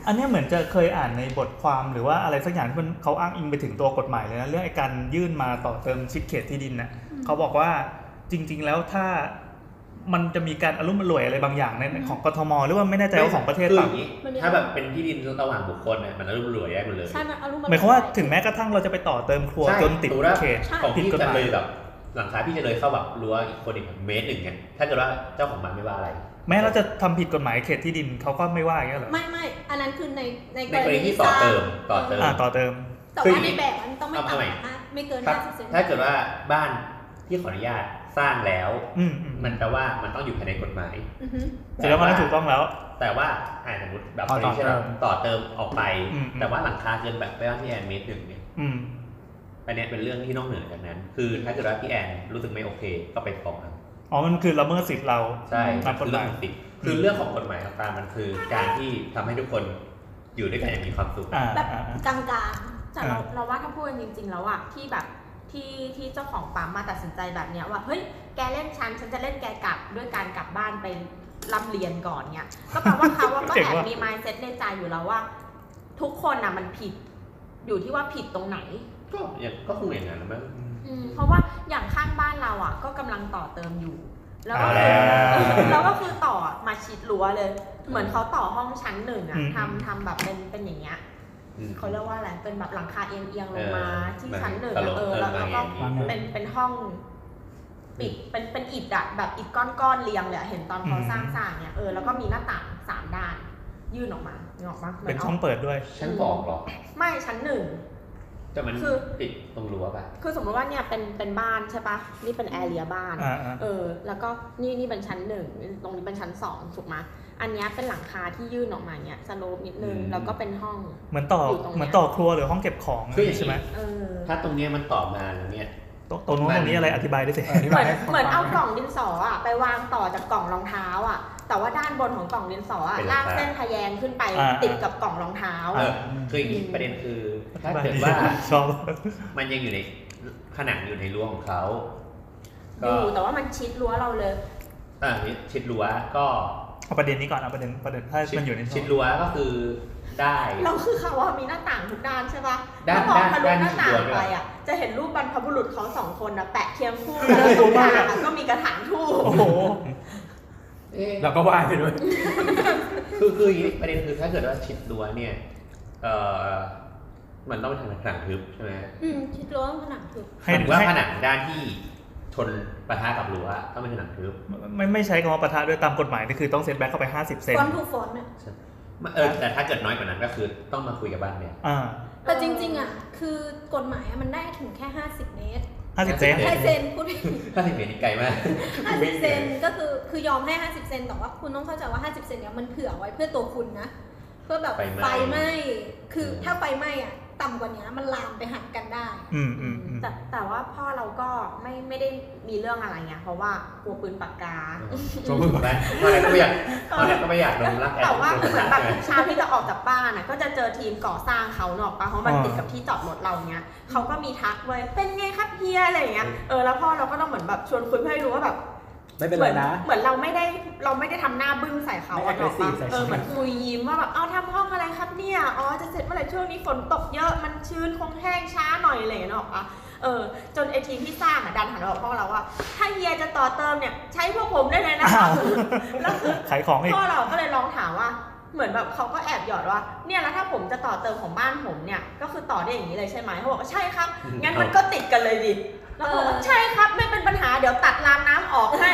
D: อันเนี้ยเหมือนจะเคยอ่านในบทความหรือว่าอะไรสักอย่างที่มันเขาอ้างอิงไปถึงตัวกฎหมายเลยนะเรื่องไอ้การยื่นมาต่อเติมชิดเขตที่ดินน่ะเขาบอกว่าจริง ๆ แล้วถ้ามันจะมีการอารมณ์รวยอะไรบางอย่างในของกทมหรือว่าไม่แน่ใจว่าของประเทศ
C: คืออ
D: เปล่า
C: ย่างนี้
E: มันมี
C: ถ้าแบบเป็นที่ดินระหว่างบุคคลน่ะมันอรุ่มรวยแยกหมดเลย
E: ใช่มันอารมณ์น
D: หมายความว่าถึงแม้กระทั่งเราจะไปต่อเติมครัวจนติด
C: สมมุว่า
D: เขต
E: ใช่
C: ของ
D: ผิด
C: พี่
D: กฎห
C: จะ
D: มาย
C: เลยแบบหลังคาพี่จะเลยเข้าแบบรั้วอีกคนอีกเมตรหนึ่งไงถ้าเกิดว่าเจ้าของบ้านไม่ว่าอะไร
D: แม้เราจะทำผิดกฎหมายเขตที่ดินเขาก็ไม่ว่าอย่างเงี้ยเหรอ
E: ไม่ไม่อันนั้นคือในใน
C: ในกรณีที่ต่อเติมต่อเติม
D: อ่าต่อเติม
E: แต่ว่าในแบบมันต้องไม่ต่ำกว่าห้าไม่เกิน
C: ถ้า
E: ห้าสิบเซน
C: ถ้าเกิดว่าบ้านพี่ขออนุญาต สร้างแล้ว
D: อืมอืม
C: มันแปลว่ามันต้องอยู่ภายในกฎหมาย
E: อือฮึ
D: แสดงว่านั้นถูกต้องแล้ว
C: แต่ว่าอ่าสมมติแบบ
F: ต่อ
C: นี้ใช่ไหม
F: เติม
C: ต่อเติมออกไป
D: อืม
C: แต่ว่าหลังคาเกินแบบไปว่าพี่แอนเมตรหนึ่งเนี่ย
D: อืม
C: อันเนี้ยเป็นเรื่องที่นอกเหนือจากนั้น คือถ้าเกิดว่าพี่แอนรู้สึกไม่โอเค ก็ไปฟ้องครับ
D: อ๋อ มันคือละเมิดสิทธิ์เรา
C: ใช่
D: ตามกฎหมาย
C: คือเรื่องของสิทธิ์คือเรื่องของกฎหมายต่างๆมันคือ การที่ทำให้ทุกคนอยู่ด้วยกันอย่างมีความสุข
D: อ่า
E: แบบ
D: อ่า
E: กลาง
B: แต่เรา
D: อ่า
B: เราว่าถ้าพูดกันจริง ๆ แล้วอะที่แบบที่ที่เจ้าของปั๊มมาตัดสินใจแบบเนี้ยว่าเฮ้ยแกเล่นฉันฉันจะเล่นแกกลับด้วยการกลับบ้านไปร่ำเรียนก่อนเนี่ยก็แปลว่าเขาอะ ก็
D: เจ๋ง
B: แอบ
D: ว่ะ
B: มีมายเซ็ตในใจอยู่แล้วว่า ทุกคนอะมันผิด อยู่ที่ว่าผิดตรงไหน
C: ก็อย่างก็คงอย่างนั้นมั้ง
B: อืมเพราะว่าอย่างข้างบ้านเราอ่ะ ก็กำลังต่อเติมอยู่ แล้วก็
C: เอาแล้
B: คือ
C: ว
B: แล้วก็คือต่อมาชิดรั้วเลย เหมือนเขาต่อห้องชั้นหนึ่งอ่ะ
D: อืม
B: ทำทำแบบเป็นเป็นอย่างเงี้ย
C: อืม
B: เขาเรียกว่าอะไรเป็นแบบหลังคาเอียงเอียงๆลงมา ที่ชั้นหนึ่ง
C: ตล
B: อะ
C: ก
B: เออ
C: เออ
B: แล้ว
C: มาอ
B: แล้วก็
C: ย่างนี้
B: เป็นเป็นห้องปิดเป็นเป็นอิฐอะแบบอิฐก้อนก้อนๆเรียงเลยอะเห็นตอนเขา
D: อืม
B: สร้างสร้างเนี่ยเออแล้วก็มีหน้าต่างสามด้าน ยื่นออกมาเงาะมาก
D: เป็นช่องเปิดด้วย
C: ชั้นสองเหรอ
B: ไม่ชั้นหนึ่ง
C: แต่มัน
B: คือ
C: ปิดตรงรั้วป่ะ
B: คือสมมติว่าเนี่ยเป็นเป็นบ้านใช่ปะนี่เป็นแอเรียบ้าน
D: อ่าอ่า
B: เออ แล้วก็นี่นี่เป็นชั้นหนึ่งตรงนี้เป็นชั้นสองถูกไหมอันเนี้ยเป็นหลังคาที่ยื่นออกมาเนี้ยสโลปนิดนึง
C: อืม
B: แล้วก็เป็นห้อง
D: เหมือนต่ออยู่
B: ตรงเนี้ย
D: เหมือนต่อครัวหรือห้องเก็บของ
C: คืออย่างนี้
D: ใช่ไหม
B: เออ
C: ถ้าตรงเนี้ยมันต่อมาแล้วเนี่ย
D: ตรงตรงนู้นตรงนี้อะไรอธิบายได้สิ
F: เออที่
B: เหมือน
F: ให้ฟัง
B: เหมือนเอากล่องดินสออะไปวางต่อจากกล่องรองเท้าอะแต่ว่าด้านบนของกล่องดินสออะ
C: เป็นหลั
B: ลาง ก
C: คา
B: เส้นทะแยงขึ้นไป
D: อ่า
B: ติดกับกล่องรองเท้า
C: เออคืออย่างนี้ประเด็นคือ ถ้าเกิดว่า
D: ชอบ
C: มันยังอยู่ในผนังอยู่ในรั้วของเขา
B: อ
C: ก็
B: ยู่แต่ว่ามันชิดรั้วเราเลย
C: อ่าชิดรั้วก็
D: เอาประเด็นนี้ก่อนเอาประเด็นประเด็นถ้า
C: ชิด
D: มันอยู่ใน
C: ชิดรั้วก็คือได้
B: เราคือเขาว่ามีหน้าต่างทุกด้านใช่ปะ
C: ด้าน
B: ถ้ามอง
C: ด้านด้าน
B: ทะลุหน้าต่า
C: ที่ส
B: ง
C: วย
B: ไป
C: ด้วย
B: อ่ะ จะเห็นรูปบรรพบุรุษเขาสองคนนะแปะเคียงคู่กันแล้วตรงกลางอะก็มีกระถางทูบ
D: โอ้โห
C: เอ๊ะ
F: เราก็ไหว้ไปด้วย
C: คือคืออย่างนี้ประเด็นคือถ้าเกิดว่าชิดรั้วเนี่ย เออมันต้องเป็นทางผนังทึบใช่ไหม
E: อืมชิดรั้วผนังถูก
C: ห
D: ให้
C: มายถึงว่า
D: ให้
C: ผนังด้านที่ชนปะทะกับรั้วต้องเป็นผนังทึบ
D: ไม่ไม่ใช้คำว่าปะทะด้วยตามกฎหมายนี่คือต้องเซตแบ็คเข้าไป 50 เซน
E: ฟอนต์ถูกฟอนต์อะ
C: เออแต่ถ้าเกิดน้อยกว่านั้นก็คือต้องมาคุยกับบ้านเนี่ย
D: อ่า
E: แต่จริงๆอะคือกฎหมายอะมันได้ถึงแค่ 50 เมตร
D: 50 เซน
C: อ๊ะ
E: ใช่เซนพูดผิด
C: ถ้าสิบเมตรนี่ไกลมาก
E: 50 เซนก็คือคือยอมให้ 50 เซนแต่ว่าคุณต้องเข้าใจว่า 50 เซนเนี่ยมันเผื่อไว้เพื่อตัวคุณนะ เพื่อแบบ
C: ไฟไหม้
E: ไฟไหม้คือถ้าไฟไหม้อะต่ำกว่านี้มันลามไปหากันได้
D: อืมอืมอืม
B: แต่แต่ว่าพ่อเราก็ไม่ไม่ได้มีเรื่องอะไรไงเพราะว่ากลัวปืนปากกา
C: ชมพู่บอกว่าตอนแรกก็ไม่อยากตอนแรกก็ไม่อยากโดนรักแอน
B: แต่ว่า
C: โดน
B: เหมื
C: รั
B: อน
C: ก
B: แบบ
C: ใช่ไหม
B: ทุกเช้าที่จะออกจากบ้านน่ะก็จะเจอทีมก่อสร้างเขาเนอะปะเพราะมัน
D: อ่า
B: ติดกับที่จอดรถเราเนี้ยเขาก็มีทักเลยเป็นไงครับเฮียอะไรอย่างเงี้ยเออแล้วพ่อเราก็ต้องเหมือนแบบชวนคุยเพื่อให้รู้ว่าแบบ
F: ไม่เป็น
B: เห
F: ไร
B: มือน
F: นะ
B: เหมือนเราไม่ได้เราไม่ได้ทำหน้าบึ้งใส่เขา
F: ไม่
B: อะ
F: aggressive ใส่
B: เออ
F: เขา
B: เหมือนคุยยิ้มว่าแบบเอ้าทำห้องอะไรครับเนี่ยอ๋อจะเสร็จเมื่อไหร่ช่วงนี้ฝนตกเยอะมันชื้นคงแห้งช้าหน่อยอะไรอย่างเงี้ยเนอะปะเออจนไอทีมที่สร้างอะดันหันมาบอกพ่อเราว่า ถ้าเฮียจะต่อเติมเนี่ยใช้พวกผมได้เลยนะค
D: อ้า
B: รับ
D: ว
B: แล้วคือ
D: ขายของอีก
B: พ่อเราก็เลยลองถามว่า เหมือนแบบเขาก็แอบหยอดว่าเนี่ยแล้วถ้าผมจะต่อเติมของบ้านผมเนี่ยก็คือต่อได้อย่างนี้เลยใช่ไหมเขาบอกว่าใช่ครับงั้นมันก็ติดกันเลยดิแล้วเขาบอกว่าใช่ครับไม่เป็นปัญหาเดี๋ยวตัดรางน้ำออกให้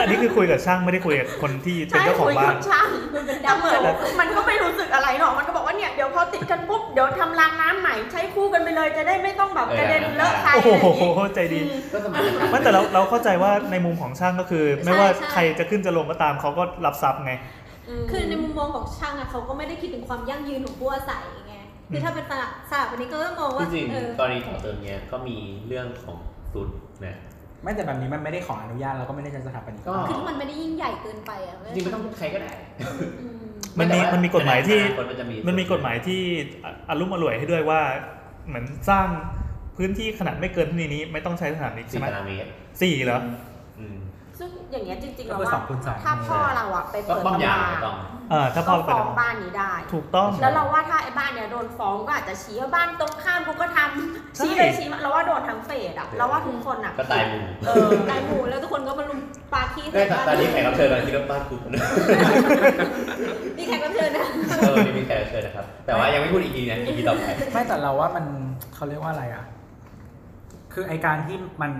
D: อันนี้คือคุยกับช่างไม่ได้คุยกับคนที่เป็นเจ้าของบ้าน
B: ใช่คุยกับช่างมันเป็นดาวเหมือนมันก็ไม่รู้สึกอะไรหรอก มันก็บอกว่าเนี่ยเดี๋ยวพอติดกันปุ๊บเดี๋ยวทำรางน้ำใหม่ใช้คู่กันไปเลยจะได้ไม่ต้องแบบกระเด็นเลอะใคร
D: โอ้
B: อะ
D: โห
B: ไรอย่างงี้
D: ใจดี
C: ก็สมัยนั้น
D: ไม่แต่เราเราเข้าใจว่าในมุมของช่างก็คือ ไม่ว่า
E: ใช่
D: ใครจะขึ้นจะลงก็ตามเขาก็รับทรัพย์ไง
E: คือในมุมมองของช่างอะเขาก็ไม่ได้คิดถึงความยั่งยืนของผู้อาศัยไง คือถ้าเป็นสลับสลับวันนี้ก็ต้องมอง
C: จ
E: ว่า
C: ริง
E: เออ
C: ๆกรณีต่อเติมเนี้ยก็มีเรื่องของสุดนะ
F: ไม่แต่แบบนี้มันไม่ได้ขออนุญาตเราก็ไม่ได้จะสถาปนิก
C: ก็
E: คือมันไม่ได้ยิ่งใหญ่เกินไปอ่ะ
C: จริงๆไม่ต้องใครก็ได้
E: อืม
D: มันมีมันมีกฎหมายที่
C: คนมันจะมี
D: มันมีกฎหมายที่ออารมณ์อร่วยให้ด้วยว่า เหมือนสร้างพื้นที่ขนาดไม่เกินเท่านี้นี้ไม่ต้องใช้สถานี
C: สี่
D: ใช่ไหม
C: ตารางเมตร
D: สี่เหรอ
C: อืม
B: ซึ่งอย่างเงี้ยจริงๆ
F: ก็
B: เรา
F: คือสอง
B: ว่า
F: คูณสอง
B: ถ้าพ่อเราอะไป
C: ก็
B: เปิด
C: ป้อมยาร
B: ตำาม
C: ไม่ต้อง
D: เออถ้าพ่
B: ก็
D: อไป
B: ฟ้องบ้านนี้ได้
D: ถูกต้อง
B: แล้วเราว่าถ้าไอ้บ้านเนี่ยโดนฟ้องก็อาจจะชี้ว่าบ้านตรงข้ามกูก็ทำ
D: ใช่
B: ชี้เลยชี้มาเราว่าโดนทั้งเฟสอะเราว่าทุกคนอะ
C: ก็ตายหมู
B: เออ
E: ไก่หมูแล้วทุกคนก็มาลุมปาขี้
C: ได้
E: ใส่
C: แต่
E: บ้าน
C: ตอนนี้แขกรับเชิญเราคิดว่าบ้านกู
E: นี่แขกรับเชิญนะ
C: เออนี่มีแขกรับเชิญนะครับ แต่ว่ายังไม่พูดอีกทีนะอีกทีต่อไป
F: ไม่แต่เราว่ามันเขาเรียกว่าอะไรอ่ะ คือไอการที่มัน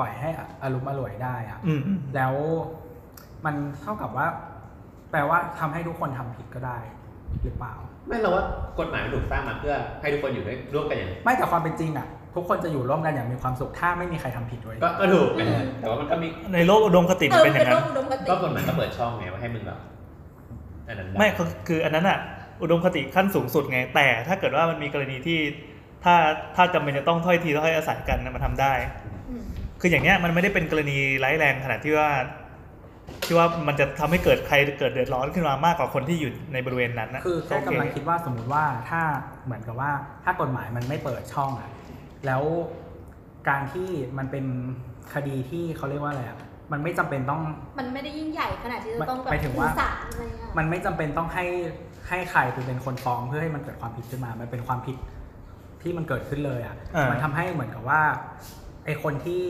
F: ปล่อยให้อารมณ์อร่วยได้อ่ะ
D: อืมอืม
F: แล้วมันเท่ากับว่า แปลว่าทำให้ทุกคนทำผิดก็ได้ หรือเปล่า
C: ไม่เราว่ากฎหมายมันถูกสร้างมาเพื่อให้ทุกคนอยู่ด้วยร่วมกันอย่าง
F: ไม่แต่ความเป็นจริงอ่ะ ทุกคนจะอยู่ร่วมกันอย่างมีความสุขถ้าไม่มีใครทำผิดด้วย
C: ก็ก็ถูกนะฮะแต่ว่ามันก็มี
D: ในโลกอุดมคติ
E: เอ
D: มั
E: อ
D: นเป็
E: เป็
D: นอย่าน ง
E: โรคน อุด
D: นั้
E: มคติ
C: ก็กฎหมายก็เปิดช่องไงว่าให้มึงแบบอันนั้นด้
D: ไม่คือคืออันนั้นอ่ะ อุดมคติขั้นสูงสุดไง แต่ถ้าเกิดว่ามันมีกรณีที่ ถ้าถ้าจำเป็นจะต้องถ้อยทีถ้อยอาศัยกันนะมันทำได้
E: อืม
D: คืออย่างเนี้ยมันไม่ได้เป็นกรณีร้ายแรงขนาดที่ว่า ที่ว่ามันจะทำให้เกิดใครเกิดเดือดร้อนขึ้นมามากกว่าคนที่อยู่ในบริเวณนั้นนะ
F: คือแค่
D: โเ
F: กำลังคิดว่าสมมติว่าถ้าเหมือนกับว่าถ้ากฎหมายมันไม่เปิดช่องอะแล้วการที่มันเป็นคดีที่เขาเรียกว่าอะไรอะมันไม่จำเป็นต้อง
E: มันไม่ได้ยิ่งใหญ่ขนาดที่จะต้องแบ
F: ห
E: บ
F: มายถึงว่า
E: ศลอะไรเงี้ย
F: มันไม่จำเป็นต้องให้ให้ใครเป็นคนฟ้องเพื่อให้มันเกิดความผิดขึ้นมา มันเป็นความผิดที่มันเกิดขึ้นเลยอะ
D: เออ
F: มันทำให้เหมือนกับว่าไอคนที่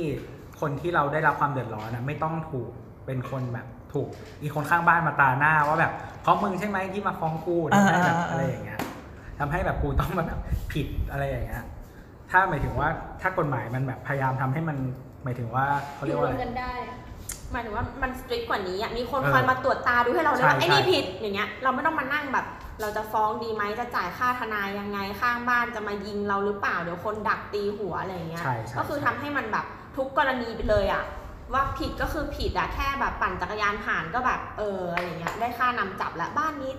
F: คนที่เราได้รับความเดือดร้อนอะไม่ต้องถูกเป็นคนแบบถูก อีกคนข้างบ้านมาตราหน้าว่าแบบเพราะมึงใช่ไหมที่มาฟ้องกูทำให้แบบอะไรอย่างเงี้ย ทำให้แบบกูต้องมาแบบผิดอะไรอย่างเงี้ย ถ้าหมายถึงว่าถ้ากฎหมายมันแบบพยายามทำให้มันหมายถึงว่า
E: อ
F: เขาเรีย
E: ยู่
F: ก
E: ร
F: ว่าว อะ
E: ม
F: ไร
E: กันได้
B: หมายถึงว่ามันสตริกกว่านี้อ่ะ มีคน
F: เออ
B: คอยมาตรวจตาดูให้เราเลยว่า
F: ใช่
B: ไอ้นี่
F: ใช่
B: ผิดอย่างเงี้ย เราไม่ต้องมานั่งแบบ เราจะฟ้องดีไหมจะจ่ายค่าทนายยังไง ข้างบ้านจะมายิงเราหรือเปล่า เดี๋ยวคนดักตีหัวอะไรอย่างเงี้ย
F: ใช่ใช่
B: ก็คือทำให้มันแบบทุกกรณีไปเลยอ่ะ ว่าผิดก็คือผิดอ่ะ แค่แบบปั่นจักรยานผ่านก็แบบเอออะไรเงี้ย ได้ค่านำจับแล้วบ้านนี้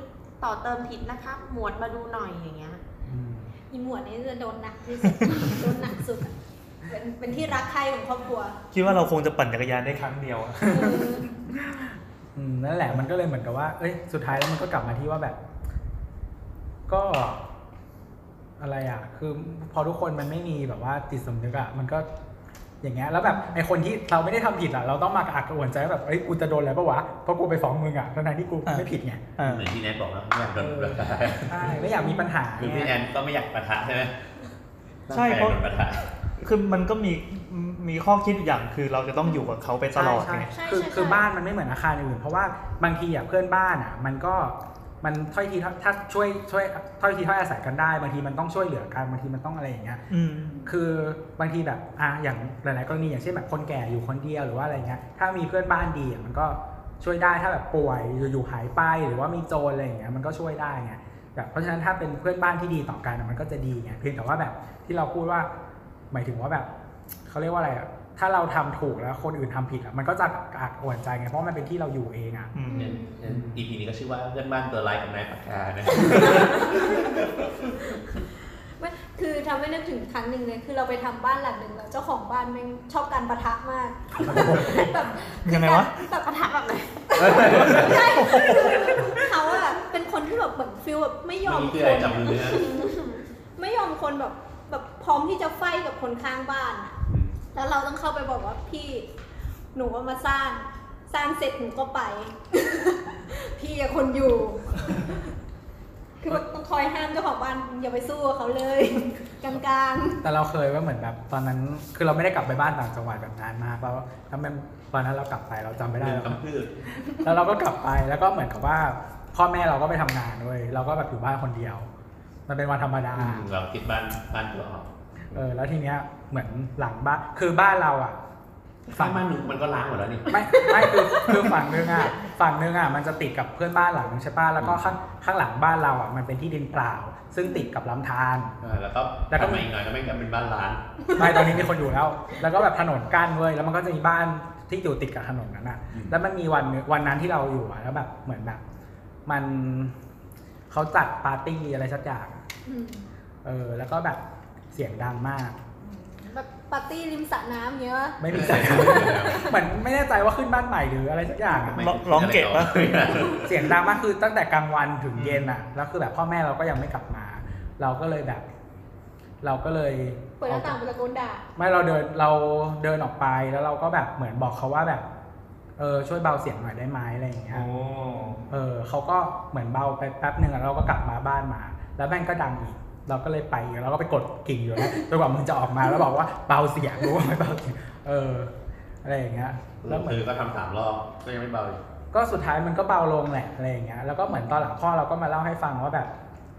B: ต่อเติมผิดนะคะหมวดมาดูหน่อยอย่างเงี้ย
F: อืม
E: อีหมวดนี้จะโดนหนักที่ สุด โดนหนักสุดอะเป็นเป็นที่รักใครของครอบค รัว
D: คิดว่าเราคงจะปั่นจักรยานได้ครั้งเดียวอะ
F: อืมนั่นแหละมันก็เลยเหมือนกับว่า เอ้ยสุดท้ายแล้วมันก็กลับมาที่ว่าแบบ ก็ อะไรอ่ะ คือพอทุกคนมันไม่มีแบบว่าจิตสำนึกอ่ะมันก็อย่างเงี้ยแล้วแบบไอคนที่เราไม่ได้ทำผิดอ่ะเราต้องมากระอักกระอ่วนใจว่าแบบเอ้ยกูจะโดนแล้วปะวะเพราะกูไปฟ้องมึงอ่ะทั้งๆที่กู
D: อ่ะ
F: ไม่ผิดไง
D: เออ
C: เหมือนที่แนทบอกแล้วไม่อยากโดนประทะ
F: ใช่ไม่อยากมีปัญหา
C: คือ
F: ไง
C: พี่แอนก็ไม่อยากประทะใช่ไหม
D: ใช่
C: ไม่อยา
D: เพ
C: ก
D: ราะ
C: โดนประทะ
D: คือมันก็มีมีข้อคิดอย่างคือเราจะต้องอยู่กับเขาไปตลอด
F: ใช่
D: ไง
E: ใช่
F: ใช่คือ
E: ใช่
F: คือ
E: ใช่
F: บ้านมันไม่เหมือนอาคารอื่น เพราะว่าบางทีอ่ะเพื่อนบ้านอ่ะ มันก็มันถ้อยทีถ้อยถ้าช่วยช่วยถ้อยทีถ้อยอาศัยกันได้ บางทีมันต้องช่วยเหลือกันบางทีมันต้องอะไรอย่างเงี้ย
D: อืม
F: คือบางทีแบบอ่ะอย่างหลาย ๆ กรณีอย่างเช่นแบบคนแก่อยู่คนเดียวหรือว่าอะไรเงี้ยถ้ามีเพื่อนบ้านดีอ่ะมันก็ช่วยได้ถ้าแบบป่วยอยู่ๆหายไปหรือว่ามีโจรอะไรอย่างเงี้ยมันก็ช่วยได้ไงแบบเพราะฉะนั้นถ้าเป็นเพื่อนบ้านที่ดีต่อกันอ่ะมันก็จะดีไงเพียงแต่ว่าแบบที่เราพูดว่า หมายถึงว่าแบบเขาเรียกว่าอะไรอะถ้าเราทำถูกแล้วคนอื่นทำผิดอะมันก็จะอักอ่อนใจไงเพราะมันเป็นที่เราอยู่เองอะ
D: อืม
E: อืม
C: EP นี้ก็ชื่อว่าเพื่อนบ้านตัวลายกับนายปากกานะ
E: ไม่คือทำให้นึกถึงครั้งหนึ่งเลย คือเราไปทำบ้านหลังหนึ่งแล้วเจ้าของบ้านแม่งชอบการประทะ มากแบบ
D: ยังไงวะ
E: แบบ
B: ประทะ แบบไหน
E: ใช่เขาอะเป็นคนที่แบบเหมือนฟิลแบบไม่ยอม
C: ไม่
E: ค
C: เชื่อน จับมือนะ
E: ไม่ยอมคนแบบแบบพร้อมที่จะไฟท์กับคนข้างบ้านอะแล้วเราต้องเข้าไปบอกว่าพี่หนูว่ามาสร้างสร้างเสร็จหนูก็ไป พี่อะคนอยู่ คือแบบต้องคอยห้ามเจ้าของบ้านอย่าไปสู้กับเขาเลย กลาง
F: แต่เราเคยว่าเหมือนแบบตอนนั้น คือเราไม่ได้กลับไปบ้านต่างจังหวัดแบบนานมากแล้วแล้วมันตอนนั้นเรากลับไปเราจำไม่ได้
C: ลืม
F: แล้ว
C: คำพูด
F: แล้วเราก็กลับไปแล้วก็เหมือนกับว่า พ่อแม่เราก็ไปทำงานด้วยเราก็แบบอยู่บ้านคนเดียว มันเป็นวันธรรมดา
C: เราคิดบ้านบ้านตัวออก
F: เออแล้วทีเนี้ยเหมือนหลังบ้านคือบ้านเราอะ
C: ฝั่งบ้านหนึ่งมันก็ล้างหมดแล้วนี่
F: ไม่ไม่คือคือฝั่งนึงอ่ะฝั่งนึงอ่ะมันจะติดกับเพื่อนบ้านหลังนึงใช่ป่ะแล้วก็ข้างข้างหลังบ้านเราอ่ะมันเป็นที่ดินเปล่า ซึ่งติดกับลำธาร
C: เออแล้วก็
F: แล้วก็
C: ทำมาอีกหน่อยก็ไม่งกลายเป็นบ้านล้าง
F: ไม่ตอนนี้มีคนอยู่แล้ว แล้วก็แบบถนนกั้นเว้ยแล้วมันก็จะมีบ้านที่อยู่ติดกับถนนนั้นอ่ะ
C: อืม
F: แล้วมันมีวันวันนั้นที่เราอยู่อ่ะแล้วแบบเหมือนแบบมันเขาจัดปาร์ตี้อะไรสักอย่าง
E: ๆอืม
F: เออแล้วก็แบบเสียงดังมาก
E: แบบปาร์ตี้ริมสระน้ำอย่างเงี้ยปะ
F: ไม่มีใครเหมือนไม่แน่ใจว่าขึ้นบ้านใหม่หรืออะไรสักอย่างอะ
C: ไม่
D: ร้องเก็บปะ
F: เสียงดังมากคือตั้งแต่กลางวันถึงเย็นอ่ะ แล้วคือแบบพ่อแม่เราก็ยังไม่กลับมา เราก็เลยแบบ เราก็เลย
E: เปิดหน้าต่างไปตะโกนด่า
F: ไม่เราเดินเราเดินออกไปแล้วเราก็แบบเหมือนบอกเขาว่าแบบ เออช่วยเบาเสียงหน่อยได้ไหมอะไรอย่างเงี้ย
D: โอ้
F: เออเขาก็เหมือนเบาไปแป๊บหนึ่งแล้วเราก็กลับมาบ้านมา แล้วแม่งก็ดังอีก เราก็เลยไปอีกเราก็ไปกดกิ่งอยู่แล้วจนกว่ามึงจะออกมาแล้วบอกว่าเบาเสียงรู้ ว่าไม่เบาเสียงเออ อะไรอย่างเงี้ย
C: แล้วมือก็ทำสามรอบก็ยังไม่เบาอีก
F: ก็สุดท้ายมันก็เบาลงแหละอะไรอย่างเงี้ย แล้วก็เหมือนตอนหลังพ่อเราก็มาเล่าให้ฟังว่าแบบ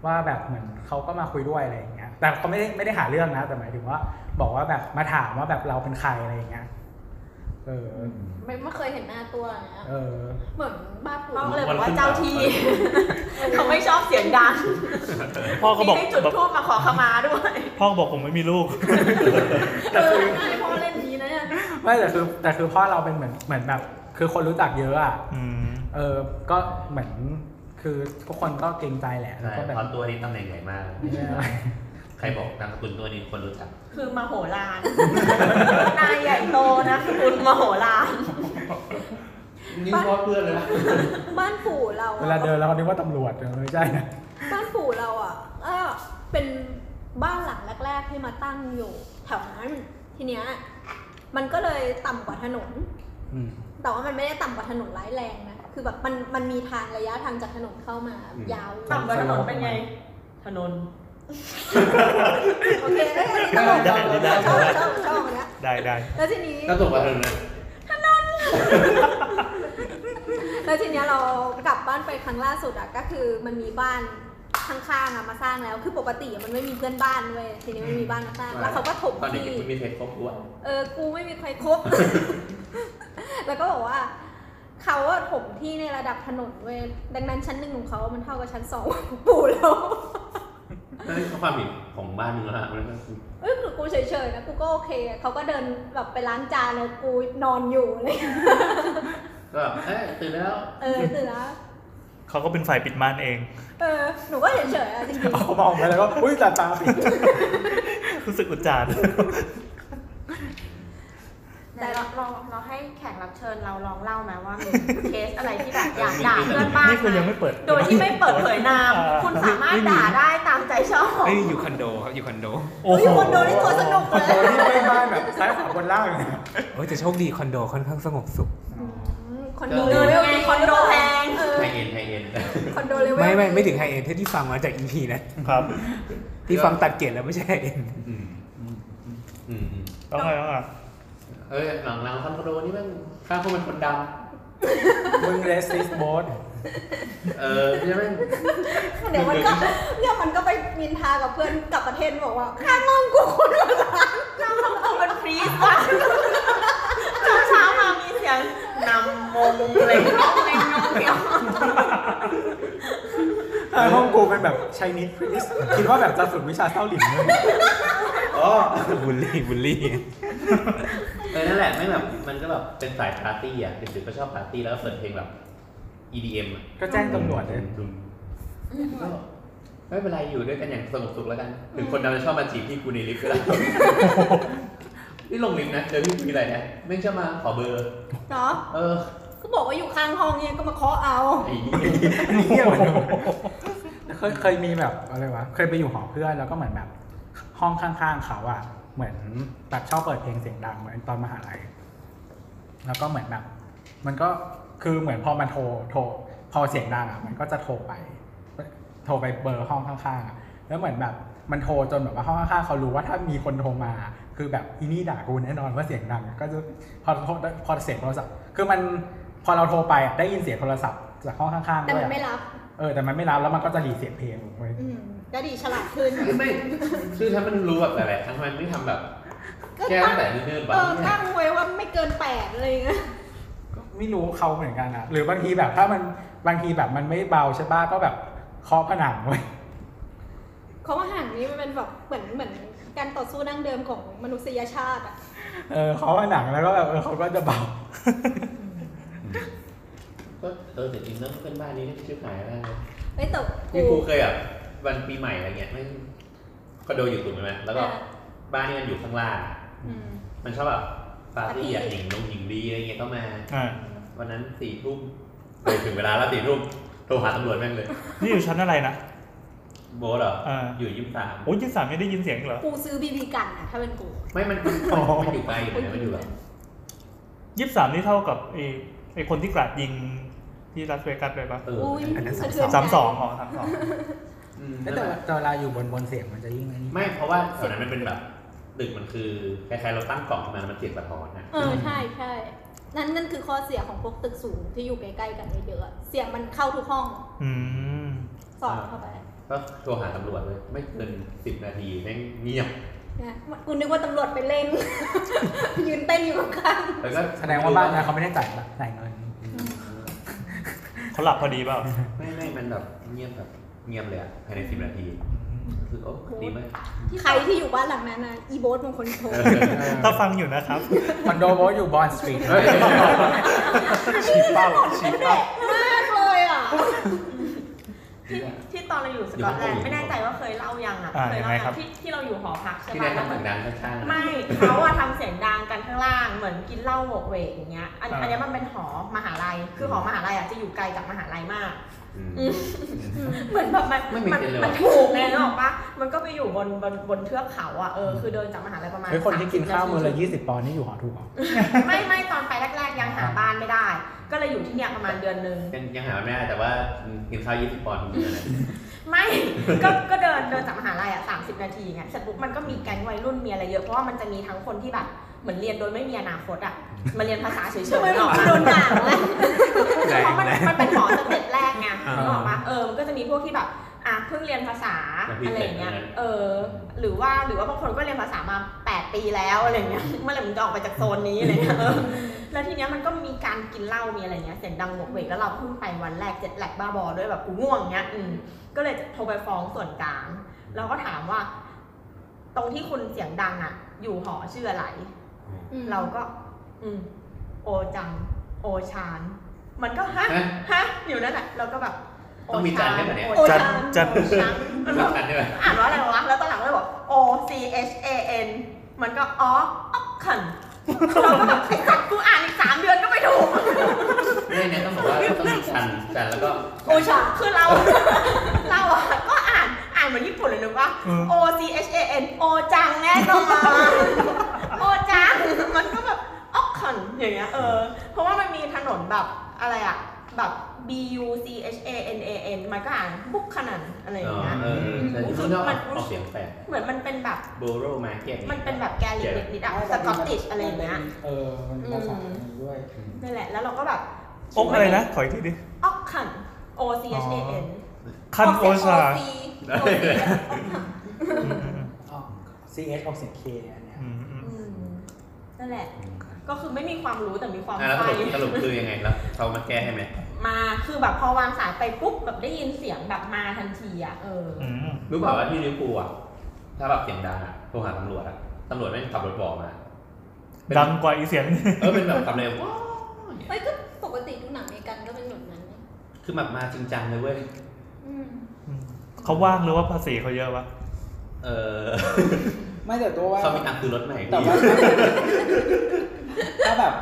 F: ว่าแบบเหมือนเขาก็มาคุยด้วยอะไรอย่างเงี้ย แต่เขาไม่ได้ไม่ได้หาเรื่องนะ แต่หมายถึงว่า บอกว่าแบบมาถามว่าแบบเราเป็นใครอะไรอย่างเงี้ย เออ
E: ไม่ไม่เคยเห็นหน้าตัวเนี่ย
F: เออ
E: เหมือนบ้าปุ๋
B: พ่อย ก็เลยบอกว่าเจ้าที่ เขาไม่ชอบเสียงดัง
D: พ่อก็บอก
B: มีให้จุด
D: แบบ
B: ทูบมาขอขมาด้วย
D: พ่อก็บอกผมไม่มีลูก
E: เอ อไม่ได้พ่อเล่นอย่างนี้นะ เนี่ย
F: ไม่แต่คือแต่คือพ่อเราเป็นเหมือนเหมือนแบบ คือคนรู้จักเยอะอ่ะ
D: อืม
F: เออ ก็เหมือนคือทุกคนก็เกรงใจแหละแล้ว
C: ใช่
F: ก็แบบ
C: เพราะตัวนี้ตำแหน่งใหญ่มาก
F: ไม่ใช่อะไร
C: ใครบอกนามสกุลตัวนี้คนรู้จัก
B: คือมโหฬารนายใหญ่โตนะคุณมโหฬาร
C: นี่ชอบเพื่อนเลยนะ
E: บ้านปู่เรา
F: เว
E: อะ
F: ลาเดินเราก็นึกว่าตำรวจเออไม่ใช่นะ
E: บ้านปู่เราอ่ะเออเป็นบ้านหลังแรก ๆ ที่มาตั้งอยู่แถวนั้น ทีเนี้ยมันก็เลยต่ำกว่าถนน
F: อืม
E: แต่ว่ามันไม่ได้ต่ำกว่าถนนร้ายแรงนะ คือแบบมันมันมีทางระยะทางจากถนนเข้ามา
C: อืม
E: ยาว
B: ต่ำกว่าถนนเป็นไง ถนน
E: โอเคเอ้ยตลก
D: ได้ได้
E: ชอบชอบชอบอย่างเงี้ย
D: ได้ได้
E: แล้วทีนี้
C: น่าสงสารเลยนะ
E: แล้วทีเนี้ยเรากลับบ้านไปครั้งล่าสุดอะก็คือมันมีบ้านข้างๆอะมาสร้างแล้ว คือปกติอะมันไม่มีเพื่อนบ้านเว้ยทีนี้มันมีบ้านมาสร้าง แล้วเขาก็ถม
C: ตอนเด็
E: ที่
C: กๆคุณมีเพจครบอ้วน
E: เออกูไม่มีใครครบ แล้วก็บอกว่าเขาอะถมที่ในระดับถนนเว้ยดังนั้นชั้นหนึ่งของเขามันเท่ากับชั้นสอง ของปู่แล้ว
C: นั่นคือความผิดของบ้านมึงแล้วฮะมันก็คือ
E: เอ้ยคือกูเฉยๆนะกูก็โอเคเขาก็เดินแบบไปล้างจานแล้วกูนอนอยู่ เลย
C: ก็แบบเอ๊ะตื่นแล้ว
E: เออตื่นแล้ว
D: เขาก็เป็นฝ่ายปิดม่านเอง
E: เออหนูก็เฉยๆอะจริงๆ
F: เอามองไปแล้วก็ อุ้ยตาตาปิด
D: รู้สึกอุจจาร
B: แต่เราเราเราให้แขกรับเชิญเราลองเล่าไหมว่ามีเคสอะไรที่แบบอยากด่าเพื่อนบ้าน
D: นี่คือยังไม่เปิด
B: โดยที่ไม่เปิดเผยนาม คุณสามารถด่าได้ตามใจชอบ
G: เอ้ยอยู่คอนโดครับอยู่คอนโด
D: โอ้โห
E: อยู่คอนโดนี่ตัวสนุกเลย
F: คอนโดนี่ไม่บ้านแบบซ้ายขวาบนล่างเลยนะ
G: โอ้ยแต่โชคดีคอนโดค่อนข้างสงบสุข
E: อืมคอนโด
B: เงินไงคอนโดแพง
E: เออ
C: ไฮเอ็นไฮเอ็น
E: คอนโดเลเวล
G: ไม่ไม่ไม่ถึงไฮเอ็นเท่าที่ฟังมาจากอีพีนะครับ ที่ฟังตัดเกรดแล้วไม่ใช่ไฮเอ็น
C: อืมอืมอืม
D: ต้องไงต้องไง
C: เอ้ยหลังหลังคอนโดนี่มันข้างพวกมันคนด
F: มึงเลสซิสโบส
C: ำเออใช่ไหม
E: เดี๋ยวมันก็ เนี่ยมันก็ไปนินทากับเพื่อนกลับประเทศบอกว่าข้างห้องกูคนละล้าน
B: น้ำต้องมันฟรีสว่ะเช้าเช้ามามีเสียงนำมงเล็งน้องเล็งน้องเดียว
F: ห้องกูเป็นแบบชายนิดพริสคิดว่าแบบจะฝึกวิชาเต้าหลินเลย
C: อ๋อ
G: บุลลี่บุลลี่
C: เออนั่นแหละไม่แบบมันก็แบบเป็นสายปาร์ตี้อ่ะเด็กๆก็ชอบปาร์ตี้แล้วก็เปิดเพลงแบบ EDM อ่ะ
F: ก็แจ้งตำรวจเลย
C: ดุมก็ไม่เป็นไรอยู่ด้วยกันอย่างสงบสุขแล้วกันถึงคนดำจะชอบมาจีบพี่กูในลิฟต์ก็ได้นี่ลงลิฟต์นะเจอพี่กูทีไรนะไม่งชอบมาขอเบอร์
E: เนาะ
C: เออ
E: ก็บอกว่าอยู่ข้างห้องเนี่ยก็มาเคาะเอา
C: ไอ้นี่
F: นี่เหมือนเคยเคยมีแบบอะไรวะ เคยไปอยู่หอเพื่อนแล้วก็เหมือนแบบ ห้องข้างๆเขาอ่ะ เหมือนแบบชอบเปิดเพลงเสียงดังเหมือนตอนมหาลัย แล้วก็เหมือนแบบ มันก็คือเหมือนพอมันโทรโทรพอเสียงดังอ่ะ มันก็จะโทรไป โทรไปเบอร์ห้องข้างๆอะแล้วเหมือนแบบมันโทรจนแบบว่าห้องข้างๆเขารู้ว่าถ้ามีคนโทรมา คือแบบอีนี่ด่ากูแน่นอนว่าเสียงดัง ก็จะพอโทรพอเสียงโทรศัพท์ คือมันพอเราโทรไปอะได้ยินเสียงโทรศัพท์จากห้องข้างๆ
E: แต่
F: ด้วย
E: มัน
F: อะ
E: ไม่รับ
F: เออแต่มันไม่รับแล้วมันก็จะหลีเสียงเพลงออกไป
E: อืมก็ดีฉลาดขึ้น
C: ไม่คือถ้ามันรู้แบบหลายๆครั้งทำไมไม่ทำแบบ
E: ก็
C: แก้
E: ตั้ง
C: ตั้งแต่เนิ่นๆบ้า
E: เอง อตั้งไว้ว่าไม่เกินแปดอะไรอย่างเงี้ย
F: ก็ไม่รู้เขาเหมือนกันอะหรือบางทีแบบถ้ามันบางทีแบบมันไม่เบาใช่ป่ะก็แบบเคาะผนังไว้ย
E: เขาะว่าห่างนี้มันเป็นแบบเหมือนเหมือนการต่อสู้ดั้งเดิมของมนุษยชาติอะ
F: เออเคาะผนังแล้วก็แบบเออเขาก็จะเบา
C: ก็เออแต่จริงๆแล้วเพื่อนบ้านนี้ชื่อหายแล้วนะ
E: ไอ้ยแต่
C: นี่กูเคยแบบวันปีใหม่อะไรเงี้ยไม่คอนโดอยู่ตึกใช่ไหมแล้วก็
E: อ่ะ
C: บ้านนี่มันอยู่ข้างล่าง
E: อืม
C: มันชอบแบบปาร์ตี้อะ
E: ปาร์ตี้
C: หญิงลงหญิงดีอะไรเงี้ยก็มา
D: อ่า
C: วันนั้นสี่ทุ่มไปถึงเวลาแล้วสี่ทุ่มโทรหาตำรวจแม่งเลย
D: นี่อยู่ชั้นอะไรนะ
C: โบ๊ทเหรอ
D: เอ
C: อ
D: ออ
C: ยู่ยี่สิบสาม
D: โอ้ยยี่สามไม่ได้ยินเสียงเหรอ
E: กูซื้อบีบีกันอะถ้าเป็นกู
C: ไม่มันมันมันอยู่ไกลอยู่นะมันอยู่แบบ
D: ยี่สามนี่เท่ากับไอ้ไอ้คนที่กราดยิงที่ลาสเวกัสเลยปะ
C: เออ
E: อุ้ย
C: อันนั้น
E: สะเทือนใจ
D: สามสองอ๋อสามสอง
C: อืม
F: แต่แต่เวลาอยู่บนบนเสียงมันจะยิ่งอันนี้
C: ไม่เพราะว่าส่วนนั้นมันเป็นแบบตึกมันคือคล้ายๆเราตั้งกล่องขึ้นมาแล้วมันเสียงสะท้อนนะ
E: เออใช่ใช่นั่นนั่นคือข้อเสียของพวกตึกสูงที่อยู่ใกล้ๆกันเยอะๆอะเสียงมันเข้าทุกห้อง
D: อืม
E: สอดเข้าไป
C: ก็โทรหาตำรวจเลย ไม่เกินสิบนาทีแม่งเงียบ
E: นะกูนึกว่าตำรวจไปเล่น ยืนเต้นอยู่ข้าง
C: แล้วก็
F: แสดงว่าบ้านนะเขาไม่ได้จ่ายแบบจ่าย เงิน
C: อืม
D: เขาหลับพอดีเปล่า
C: ไม่ไม่มันแบบเงียบแบบเงียบเลยอะภายในสิบนาทีคือโอ้ดี มาก
E: ๆใครที่อยู่บ้านหลังนั้นนะอีโบ๊ทเป็นคนโทร
D: ถ้าฟังอยู่นะครับ
F: คอนโดโบอยู่บอนสตรีท
D: ชี้เป้าชี้เป้า
E: มากเลยอ่ะ
B: ที่ที่ตอนเราอยู่สกอตแลนด์ไม่แน่ใจว่าเคยเล่ายังอ่ะ
D: อ่า
B: เคย
D: ยังไงค
B: เล่ายั
D: รับ
B: งที่ที่เราอยู่หอพักใช่
C: ที่
B: ไหม
C: ได้ทำเสียงดังข้างๆนะ
B: ไม่เขาอะทำเสียงดังกันข้างล่างเหมือนกินเหล้าโหวกเวกอย่างเงี้ยอัน
D: อ่า
B: อันเนี้ยมันเป็นหอมหาลัยคือหอมหาลัยอะจะอยู่ไกลจากมหาลัยมาก
C: อืม
B: เหมือนแบบมัน
C: ไม่มี
B: มัน
C: เกณฑ์เลย
B: มัน
C: ว่ะ
B: ถูกไงนึกออกปะมันก็ไปอยู่บนบนบนเทือกเขาอ่ะเออคือเดินจากมหาลัยประมา ณ
F: เฮ้ยคนที่กินข้าวมือละ
B: 30
F: ยี่สิบปอนด์นี่อยู่หอถูกเหรอ
B: ไม่ไม่ตอนไปแรก ๆ ยังหาบ้านไม่ได้ ก็เลยอยู่ที่เนี่ยประมาณเดือนนึง
C: ยังยังหาไม่ได้แต่ว่ากินข้าวยี่สิบปอนด์เหมือนกันนะ
B: ไม่ ก็ก็เดินเดินจากมหาลัยอ่ะสามสิบนาทีไงเสร็จปุ๊บมันก็มีแก๊งวัยรุ่นมีอะไรเยอะ เพราะว่ามันจะมีทั้งคนที่แบบเหมือนเรียนโดยไม่มีอนาคตอ่ะมาเรียนภาษาเฉยๆ
E: ทำไม
B: หรอก
E: มันโดนด่า
B: เพราะมัน
G: แรงๆ
B: มันเป็นหอสเต็ปแรกไง
G: อ่า
B: นึกออกปะเออมันก็จะมีพวกที่แบบอ่ะเพิ่งเรียนภาษาอะไรอย่างเงี้ยเออ หรือว่าหรือว่าบางคนก็เรียนภาษามา 8 ปีแล้วอะไรอย่างเงี้ย เมื่อไหร่มันจะออกไปจากโซนนี้อะไรอย่างเงี้ยเออ แล้วทีเนี้ยมันก็มีการกินเหล้ามีอะไรเงี้ยเสียงดังโหวกเวกแล้วเราเพิ่งไปวันแรกเจ็ดแหลกบ้าบอด้วยแบบกูง่วงเงี้ยอืมก็เลยโทรไปฟ้องส่วนกลางแล้วก็ถามว่า ตรงที่คุณเสียงดังอ่ะ อยู่หอชื่ออะไร เราก็ อืม โอจัง โอชาน มันก็ฮะ
C: ฮะ
B: ฮะอยู่นั่นแหละเราก็แบบ
C: ต้องมีจานด้วยเหรอเนี่ย
B: โอชาน
D: จัด
B: โอชานมันแบบ
C: กันด้วย
B: อ่านว่าอะไรวะ แล้วตอนหลังก็เลยบอก O C H A N มันก็อ๋ออ๊อกขันเราก็แบบไอ้สัตว์กูอ่านอีกสามเดือนก็ไม่ถูก
C: ไม่เนี่ยต้องบอกว่าต้องมีชันชันแล้วก็
E: โอชา
B: คือเรา เราอ่ะก็อ่านอ่านเหมือนญี่ปุ่นเลยนึกว่า
D: อืม
B: O C H A N โอจังแน่นอนโอจัง มันก็แบบอ๊อกขันอย่างเงี้ยเออ เพราะว่ามันมีถนนแบบอะไรอ่ะ แบบ B U C H A N A N มันก็อ่านบุกขนันอะไรอย่างเงี้ย
C: เออแต่ที่นอกออกเสียงแปลก
B: เหมือนมันเป็นแบบ
C: โบโรมาเก็ต
B: มันเป็นแบบแกลิกนิดๆอะสกอตติชอะไรอย่างเงี้ย
F: เออ มันมีภาษา
B: อืม
F: ด้วย
B: นั่นแหละ แล้วเราก็แบบ
D: อกอะไรนะ ขออีกทีดิ
B: ออกขัน O C H A N
D: คันโอชา
F: อ๋อ CH ออกเสียง K อันเนี้ย
D: อืมอืม
B: อืมนั่นแหละ ก็คือไม่มีความรู้แต่มีความ
C: อ่ะแล้ว
B: ใฝ่
C: สรุปสรุปคือยังไงแล้วเขามาแก้ให้ไหม
B: มาคือแบบพอวางสายไปปุ๊บแบบได้ยินเสียงแบบมาทันทีอ่ะเอออ
D: อืม
C: รู้เปล่าว่าที่ลิเวอร์พูลอ่ะถ้าแบบเสียงดังอ่ะโทรหาตำรวจอ่ะตำรวจไม่งขับรถบอกมาเป็น
D: ดังกว่าอีเสียง
C: เออเป็นแบบขับเร็ว
E: เฮ้ยก็ปกติดูหนังในกันก็เป็นแบบนั้นนะ
C: คือแบบมาจริงจังเลยเว้ย
E: อืม
D: เขาว่างหรือว่าภาษีเขาเยอะวะ
C: เออ
F: ไม่แต่ตัวว่า
C: เขามีตังค์ซื้อรถใหม่
F: แต่
C: พี่
F: ว่า ถ้าแบบ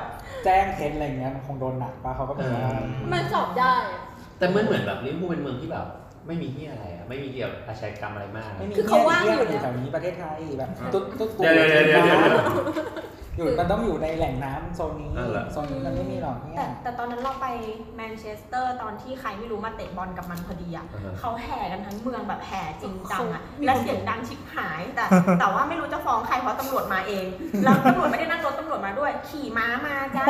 F: แจ้งเท็จอะไรเงี้ยมันคงโดนหนักปะเขาก็แบบว่า
E: มันสอบได้อะ
C: แต่มันเหมือนแบบลิเวอร์พูลเป็นเมืองที่แบบไม่มีที่อะไรอ่ะไม่มีเกี่ยวกับอาชญากรรมอะไรมาก
F: ไม่มีเงี้ยเงี้ยอยู่แถวนี้ประเทศไทยแบบตุ๊ดตุ๊ดตุ๊
C: เดี๋ยวเดี๋ยวเดี๋ยวเดี๋ยวเดี๋ยว
F: อยู่มันต้องอยู่ในแหล่งน้ำโซนนี้
C: นั่นแหละ
F: โซนนี้มันไม่มีหรอกเนี่
B: แต่
F: ย
B: แต่ตอนนั้นเราไปแมนเชสเตอร์ตอนที่ใครไม่รู้มาเตะบอลกับมันพอดีอ่ะ
C: อ่าฮะ
B: เขาแห่กันทั้งเมืองแบบแห่จริงจังอะและเสียงดังชิบหาย แต่แต่ว่าไม่รู้จะฟ้องใครเพราะตำรวจมาเอง แล้วตำรวจไม่ได้นั่งรถตำรวจมาด้วย ขี่ม้ามาจ้ า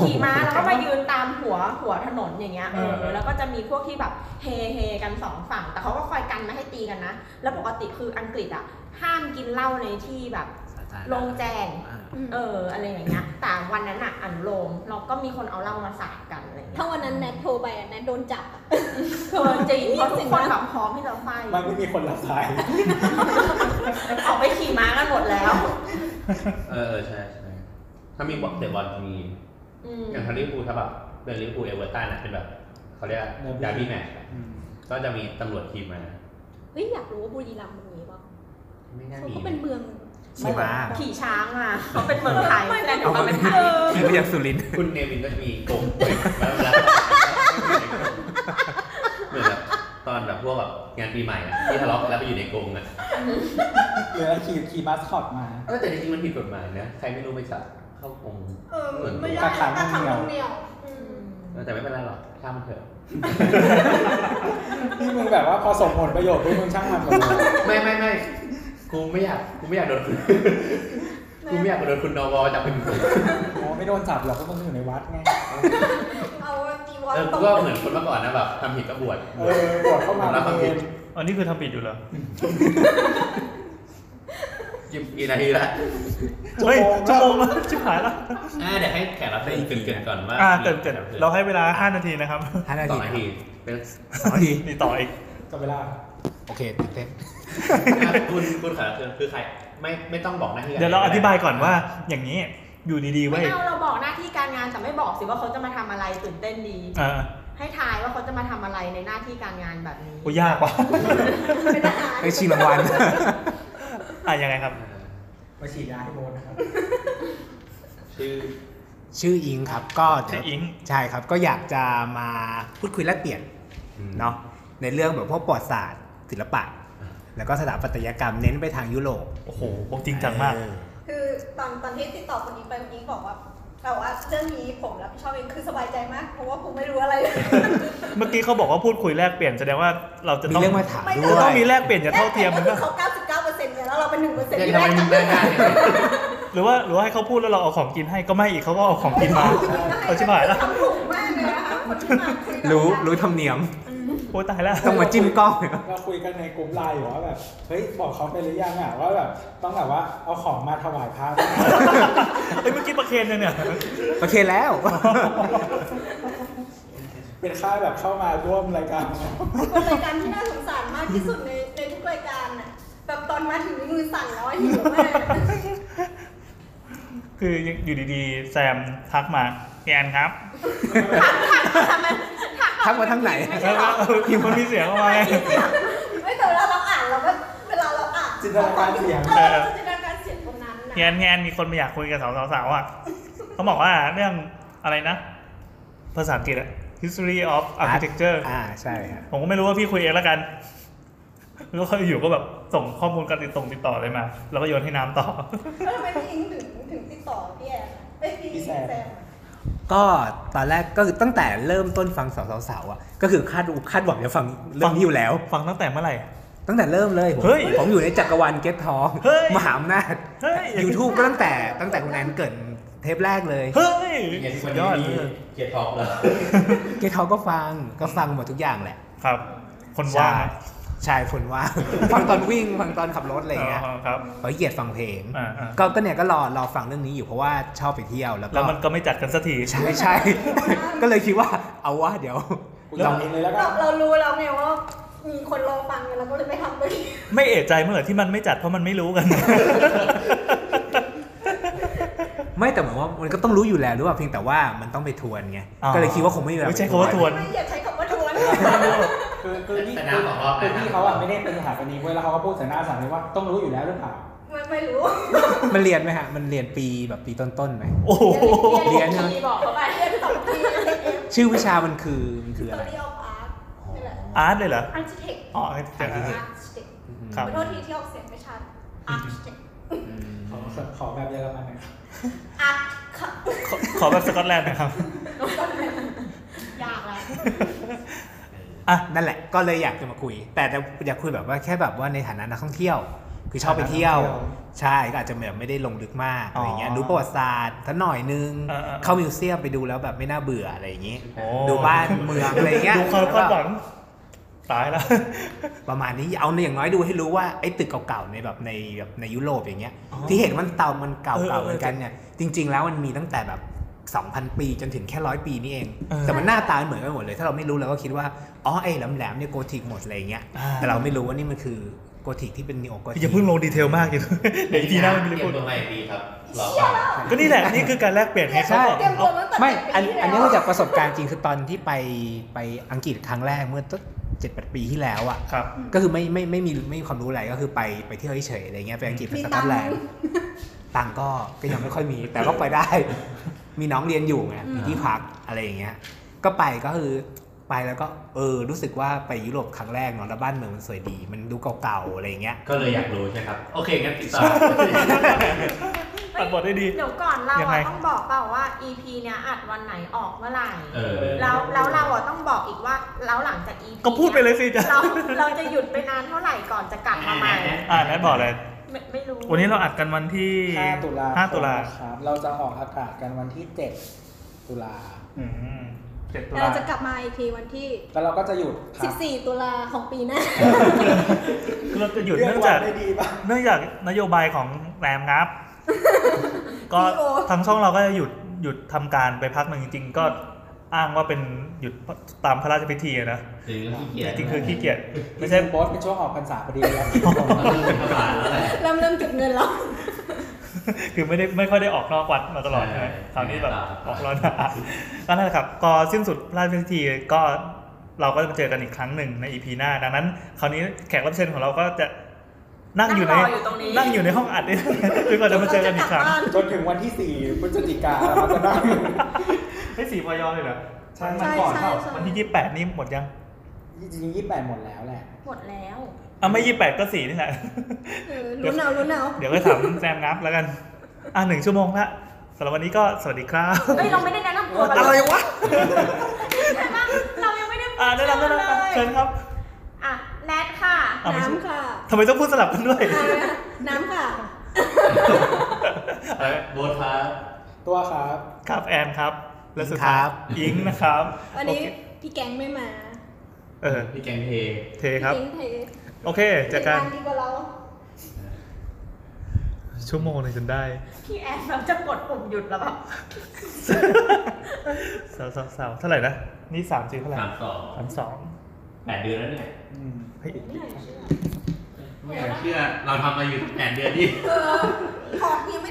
B: ขี่ม้าแล้วก็มายืนตามหัวหัวถนนอย่างเงี้ยเออ
C: เออ
B: แล้วก็จะมีพวกที่แบบเฮเฮกันสองฝั่ง แต่เขาก็คอยกันไม่ให้ตีกันนะ แล้วปกติคืออังกฤษอะห้ามกินเหล้าในที่แบบโรงแจง
E: อืม
B: เอออะไรอย่างเงี้ยแต่วันนั้นอะอนุโลมเราก็มีคนเอาเหล้ามาสาดกันอะไรอย่าง เงี้ย
E: ถ้าวันนั้นแนทโทรไปอะแนทโดนจับอะ
B: เออจริงเพราะทุกคนแบบพร้อมที่จะไฟ
F: มันไม่มีคนรับสาย
B: ออกไปขี่ม้ากันหมดแล้ว
C: เออเออใช่ใช่ถ้ามีบอลเตะบอลมี
B: อืม
C: อย่างทางลิเวอร์พูลถ้าแบบเป็นลิเวอร์พูลเอเวอร์ตันอ่ะเป็นแบบเขาเรียกดาร์บี้แมตช์อะก็จะมีตำรวจทีมมา
E: เฮ้ยอยากรู้ว่าบุรีรัมย์มันมีปะ
C: ไม่น่า
E: เขา
C: มี
E: ก็เป็นเมือง
G: ใช่ปะ
B: ขี่ช้างอ่ะเขาเป็นเมืองไทยแต่
G: เอา
B: เขา
G: เขา
B: เป็
G: เป็น น
B: ไท
G: ไท
B: ย
G: ยนี่ก็อยากสุรินทร์
C: คุณเนวินก็จะมีกลมเว้ยแล้วเวลาเหมือนแบบตอนแบบพวกแบบงานปีใหม่อะที่ทะเลาะกันแล้วไปอยู่ในกรงอะ
F: หรือขี่ขี่มาสคอตมา
C: เออแต่จริงๆมันผิดกฎหมายนะใครไม่รู้ไปจับเข้ากรง
E: เออ
F: ไม่ได้กักขังกักขังหน่วงเหนี่ยว
E: อืม
C: เออแต่ไม่เป็นไรหรอกข้ามมันเถอะ
F: นี่มึงแบบว่าพอส่งผลประโยชน์ปุ๊บมึงช่างมันหม ดเลย
C: ไม่ไม่ไม่กูไม่อยากกูไม่อยากโดน คุณกูไม่อยากโดนคุณนวจับเป็นกลุ่ม
F: โอ้ไม่โดนจับหรอกก็มึงอยู่ในวัดไง
E: เอาจีวร
C: เออ
E: ต
C: กู
E: ก
C: ก็เหมือนคนเมื่อก่อนนะแบบทำผิดก็บวช
F: เออบวชเข้ามา
C: แล้วทำ
F: เอ
C: ผิด
F: ง
D: อันนี้คือทำผิดอยู่เหรอ
C: ยิบกี่นาทีละ
D: เฮ้ยชั่วโมงแล้วชิบหายละ
C: อ่าเดี๋ยวให้แขกรับเชิญเกรินๆก่อนว่า
D: อ่าเกิดเกิด
C: มีแขบชิญ
D: เราให้เวลา 5 นาทีนะครับ
G: ห้านา
C: สอ
G: ที
C: งนาที เป็น
G: สองนาที
D: นี่ต่ออีก
F: จับเวลา
G: โอเคตื่นเต้น
C: อ่ะคุณคุณแขกรับเชิญคือใครไม่ไม่ต้องบอกหน้าที่
D: เดี๋ยวเราอธิบายก่อนว่าอย่างนี้อยู่ดีๆ
B: ไม่
D: เว้ย
B: เอาเราบอกหน้าที่การงานแต่ไม่บอกสิว่าเขาจะมาทำอะไรตื่นเต้นดี
D: อ่า
B: ให้ทายว่าเขาจะมาทำอะไรในหน้าที่การงานแบบนี้
D: โอ้ยากว่ะ
E: เป็นอาหาร
G: ไปชิงรางวัล
D: อ่ะยังไงครับ
F: ไปฉีดยาให้โบนนะครับ
C: ชื่อ
G: ชื่ออิงครับก็เดี๋ยว
D: ชื่ออิง
G: ใช่ครับก็อยากจะมาพูดคุยแลกเปลี่ยนเนาะในเรื่องแบบพวกประวัติศาสตร์ ศิลปะ
C: อ่า
G: แล้วก็สถาปัตยกรรมเน้นไปทางยุโรป
D: โอ้โหจริงจังมาก
G: เออ
E: คือตอนตอนที่ติดต่อคนนี้ไปคนนี้บอกว่าแต่ว่าเรื่องนี้ผมรับผิดชอบเองคือสบายใจมากเพราะว่าผมไม่รู้อะไรเลย
D: เมื่อกี้เขาบอกว่าพูดคุยแลกเปลี่ยนแสดงว่าเราจะ
G: มี
D: ต้อง
G: เรื่องมาถาม
E: ไม่
G: ด้วย
D: ต้องมีแลกเปลี่ยนจะเท่าเทียมมันก็
E: เขา99%เนี่ยแล้วเราเป็น1%
C: เรียก
E: ที่
C: ทำไม
E: ได้จา
C: มึ
E: ง ก
C: ได้ง่าย
D: หรือว่าหรือว่าให้เขาพูดแล้วเราเอาของกินให้ก็ไม่อีกเขาก็เอาของกินมาเอาชิบหายละ
E: ทำถูกมากเลยนะคะคนที่มาคุยกับ
G: รู้
E: เรา
G: รู้ธรรมเนียม
D: โอ้ตายแล้ว
G: ต้องมาจิ้มกล้อง
F: เราคุยกันในกลุ่มไลน์อยู่ว่าแบบ เฮ้ย บอกเขาไปหรือยังอ่ะว่าแบบ ต้องแบบว่าเอาของมาถวายพระ
D: เอ้ยเมื่อกี้ประเคนเลยเนี่ย
G: โอเค แล้ว
F: เป็นค่าแบบเข้ามาร่วมรายการ
E: เป็นรายการที่น่าสงสารมากที่สุดในในทุกรายการน่ะแบบตอนมาถึงนี่มือสั่นแล้วอะหิวมาก
D: คืออยู่ดีๆ แซมทักมาแอนครับ
G: ทักมาทางไหน
D: แล้วก็เออพิมพ์มันมีเสียงออกมาไง
E: ไม่แต่เวลาเราอ่านเราก็เวลาเราอ่าน
F: จินตนาการเสียง
E: เอ
D: เออ
E: อจินตนาการเสียงตรงนั้นนะ
D: แอนแอนมีคนมาอยากคุยกับสาวสาวๆอ่ะเขาบอกว่าเรื่องอะไรนะ ภาษาอังกฤษอะ history of architecture
G: อ่าใช่ครับ
D: ผมก็ไม่รู้ว่าพี่คุยเองแล้วกัน แล้วเขาอยู่ก็แบบส่งข้อมูลการติดต่งติดต่ออะไรมา แล้วก็โยนให้น้ำต่อ
E: แล้วทำไมพี่อิงถึงถึงติดต่อพี่แอนอะเอ้ยพี่
F: พี่
E: พี่
F: แซ
E: แซ
F: ม
E: ม
G: ก็ตอนแรกก็คือตั้งแต่เริ่มต้นฟังสาวสาวๆอ่ะก็คือคาดคาดหวังจะฟังเรื่องนี้อยู่แล้ว
D: ฟังตั้งแต่เมื่อไหร่
G: ตั้งแต่เริ่มเลยผม
D: เฮ้ย
G: ผมอยู่ในจักรวาลเก็ตทอง
D: เฮ้ย
G: มหาอำนาจ
D: เฮ้ย
G: YouTube ก็ตั้งแต่ตั้งแต่คุณแอนเกิดเทปแรกเลย
D: เฮ้ย
C: เย็น
D: สุ
C: วัน
D: ดย
C: นี้
D: อด
C: มีเกียรติทองแล้ว
G: เกทเขาก็ฟังก็ฟังหมดทุกอย่างแหละ
D: ครับ คนว่าง
G: ใช่ใช่คนว่าง ฟังตอนวิ่งฟังตอนขับรถอะไรอย่างเงี้ย
D: ครับ
G: เขาขี้เกียดฟังเพลง
D: อ่าอ่า
G: ก็ก็เนี่ยก็รอรอฟังเรื่องนี้อยู่เพราะว่าชอบไปเที่ยวแล้ว
D: แล้
G: ก็
D: วมันก็ไม่จัดกันสักที
G: ใช่ใช่ ก็เลยคิดว่าเอาว่าเดี๋ยว
F: กูจำเองเลยแล้วกั
E: เรา
F: น
E: เรารู้แล้วไงว่ามีคนรอฟังเนี่ยเราก็เลยไม่ทำไป
D: ไม่เอะใจเมื่อไหร่ที่มันไม่จัดเพราะมันไม่รู้กัน
G: ไม่แต่เหมือนว่ามันก็ต้องรู้อยู่แล้วหรือเปล่าเพียงแต่ว่ามันต้องไปทวนไง
D: อ๋อ
G: ก็เลยคิดว่าคงไม่มีเวลา
D: ไม่ใช่คำว่าทวน
E: ไม่อย่าใช้คำว่าทวน
F: คือคือพี่
C: แต่น้ำของรอบนะ
F: คือพี่เขาอ่ะไม่ได้เป็นสถาปนิกเว้ยแล้วเขาก็พูดใส่หน้าสามเลยว่าต้องรู้อยู่แล้วหรือเปล่า
E: ไม่ไม่รู้
G: มันเรียนไหมฮะมันเรียนปีแบบปีต้นๆไหม
D: โอ้โห
G: เรียน
B: ทีบอกเขาไป
E: เรียนสองปี
G: ชื่อวิชามันคือมันคือ
E: ส
G: อะ
E: ตอ
G: ไร
E: รี่ออฟอาร์ตนี่แหละ
D: อาร์ตเลยเหรอ
E: อาร์ติเทค
D: อ๋อไอ้แต่
E: อาร์ติเทค
D: ครับ
E: ขอโทษทีที่ออกเสียงไม่ชัดอาร์ช
F: ขอขอแบบเยอรมันหน่อยครับ
E: อาร์ค่ะ
D: ขอขอแบบสกอตแลนด์หนะครับ
B: ยากแล้ว
G: นั่นแหละก็เลยอยากจะมาคุย แต่จะอยากคุยแบบว่าแค่แบบว่าในฐานะนักท่องเที่ยว คือชอบไปเที่ยว ใช่ก็อาจจะแบบไม่ได้ลงลึกมากอะไรเงี้ย
D: อ๋อ
G: รู้ประวัติศาสตร์สักหน่อยนึง
D: เออเออ
G: เข้ามิวเซียมไปดูแล้วแบบไม่น่าเบื่ออะไรอย่างงี้
D: โอ้
G: ดูบ้านเมืองอะไรเงี้ย
D: ดูความคาดหวังตายแล้ว
G: ประมาณนี้เอาอย่างน้อยดูให้รู้ว่าไอ้ตึกเก่าๆในแบบในแบบในยุโรปอย่างเงี้ย ที่เห็นมันเต่ามันเก่าๆเหมือนกันเนี่ยจริง ๆ แล้วมันมีตั้งแต่แบบ 2,000 ปีจนถึงแค่ร้อยปีนี่เอง แต่มันหน้าตาเหมือนกันหมดเลย ถ้าเราไม่รู้เราก็คิดว่าอ๋อไอ้แหลมๆเนี่ยโกธิกหมดอะไรเงี้ย แต่เราไม่รู้ว่านี่มันคือโกธิกที่เป็นนีโอโกธิก
D: อย่าเพิ่งลงดีเทลมากอย่าเดี๋ยวอีกทีหน้ามันมี
C: เตรีม
D: เรื่อยงพูด
C: ตัวใหม่ดีครับรอ
D: ก็นี่แหละนี่คือการแลกเปลี่ยนให้เขา
G: ใช่
D: บอก
E: เตรียมตัวตั้งแต่
G: ไม่
E: ปีที่แล้ว
G: อันอันนี้มาจากประสบการณ์จริงคือตอนที่ไปไปอังกฤษครั้งแรกเมื่อตั้งเจ็ดแปดปีที่แล้วอ่ะ
D: ครับ
G: ก็คือไม่ไม่ไม่มีไม่มีความรู้อะไรก็คือไปไปเที่ยวเฉยๆอะไรเงี้ยไปอังกฤษไป
E: มี
G: ส
E: ตั
G: กอง ต
E: ค์
G: แลนด์ตังค์ก็ก็ยังไม่ค่อยมี แต่ก็ไปได้ มีน้องเรียนอยู่ไงมีที่พักอะไรอย่างเงี้ย ก็ไปก็คือไปแล้วก็เออรู้สึกว่าไปยุโรปครั้งแรกเนาะแล้วบ้านเมืองมันสวยดี มันดูเก่าๆอะไรอย่างเงี้ย
C: ก็เลยอยากรู้ใช่ครับ โอเคงั้น ติดต่อ
D: ตัดบทได้ดี
B: เดี๋ยวก่อนเรา
D: ยังไง
B: อะต้องบอกเปล่าว่า EP เนี้ยอัดวันไหนออกเมื่อไหร่
C: เออ
B: แล้วแล้วเราอะต้องบอกอีกว่าแล้วหลังจาก EP
D: ก็พูดไปเลยสิจ้ะ
B: เราเราจะหยุดไปนานเท่าไหร่ก่อนจะกลับมาใหม่
D: อ่านัทบอกเลย
B: ไม่ไม่รู้
D: วันนี้เราอัดกันวันที่
F: 5ตุลา
D: ห้าตุลา
F: ครับ เราจะออกอากาศกันวันที่ 7 ตุลา
D: อืม เจ็ดตุ
E: แล้ว
D: ลา
E: เราจะกลับมาอีกทีวันที่
F: แล้วเราก็จะหยุดครับ
E: 14 ตุลาของปีหน้า
D: คือเราจะหยุด
H: เรื่อ
D: เนื่
H: ง
D: อง
H: วั
D: จาน ก
H: ไม่ดีป่ะ
D: เนื่องจากนโยบายของแรม งับ ก็
E: พี่โอ
D: ทางช่องเราก็จะหยุดหยุดทำการไปพักหนึ่งจริงๆ ก็อ้างว่าเป็นหยุดตามพระราชพิธีอะนะ
C: หรือขี้เกียจ
D: จริงๆคือขี้เกียจ
F: ไม่
D: ไม่
F: ใช่
D: ใช่
F: โบอสเป็นช่วงออกพรรษาพอดีครับ
C: มัน ต้องเป็นธรรมดาแล้วแหละ
E: เริ่มเริ่มเก็บเงินแล้ว
D: คือไม่ได้ไม่ค่อยได้ออกนอกวัดมาตลอด
C: ใช่
D: ใช่ไหมคราวนี้แบบ
C: ใช่
D: ออกร้อนก็ นั่นแหละครับก็สิ้นสุดพระราชพิธีก็เราก็จะมาเจอกันอีกครั้งหนึ่งในอีพีหน้า ดังนั้น คราวนี้แขกรับเชิญของเราก็จะนั่งอยู่ใน
B: นั่งรออยู่ตรงนี้
D: นั่งอยู่ในห้องอัดนี่ จนกว่าจะมาเจอกันอีกครั้ง
F: จนถึงวันที่ 4 พฤศจิกาเราจะได้
D: ไม่สีพยอเลยเหรอ
F: ใช่
D: มันก่อนเปล่า
E: ใช่ใช่
D: วันที่ยี่สิบแปดนี่หมดยัง
F: จริงๆยี่แปดหมดแล้วแหละ
E: หมดแล้ว
D: อ่ะไม่ยี่แปดก็สี่นี่แหละ
E: เออรู้หนาวรู้หนาว
D: เดี๋ยวไปถามแซมนับแล้วกัน อ่ะหนึ่งชั่วโมงละสำหรับวันนี้ก็สวัสดีครับ
B: เฮ้ย เราไม่ได้แนะนำตัวกัน
G: อะไร
B: เลยว
G: ะ
B: ใช่ปะเรายังไม่ได้
D: อ่ะได้รับได้รับ
B: เลย
D: เชิญครับ
B: อ่ะแนทค่ะ
D: เอาไปสิ
E: น้ำค่ะ
D: ทำไมต้องพูดสลับกันด้วย
E: อะไรนะน้ำค่ะ
C: อะไรโบทครับ
F: ตัวครับ
D: ครับแอนครับ และสุด
G: อิ
D: ท้างย
G: ครับ
D: อิงนะครับ
E: วันนี้
D: โอเค
E: พี่แกงไม่มา
D: เออ
C: พี่แกงเท
D: เทครับ
E: พี่แกงเท
D: โอเคเจอกัน
E: ดีกว่าเรา
D: ชั่วโมงเลยจนได้
B: พี่แอนเราจะกดปุ่มหยุดแล้วแบบ
D: สาวสาวสาวเท่าไหร่นะ นี่สามสี่เท่าไหร่
C: สามสอง
D: สามสอง
C: แปดเดือนแล้วเนี่ย
F: อืม
D: เฮ้ย
C: ไม่อยากเชื่อ เราทำมาอยู่แปดเดือนนี่
E: เออพอดยังไม่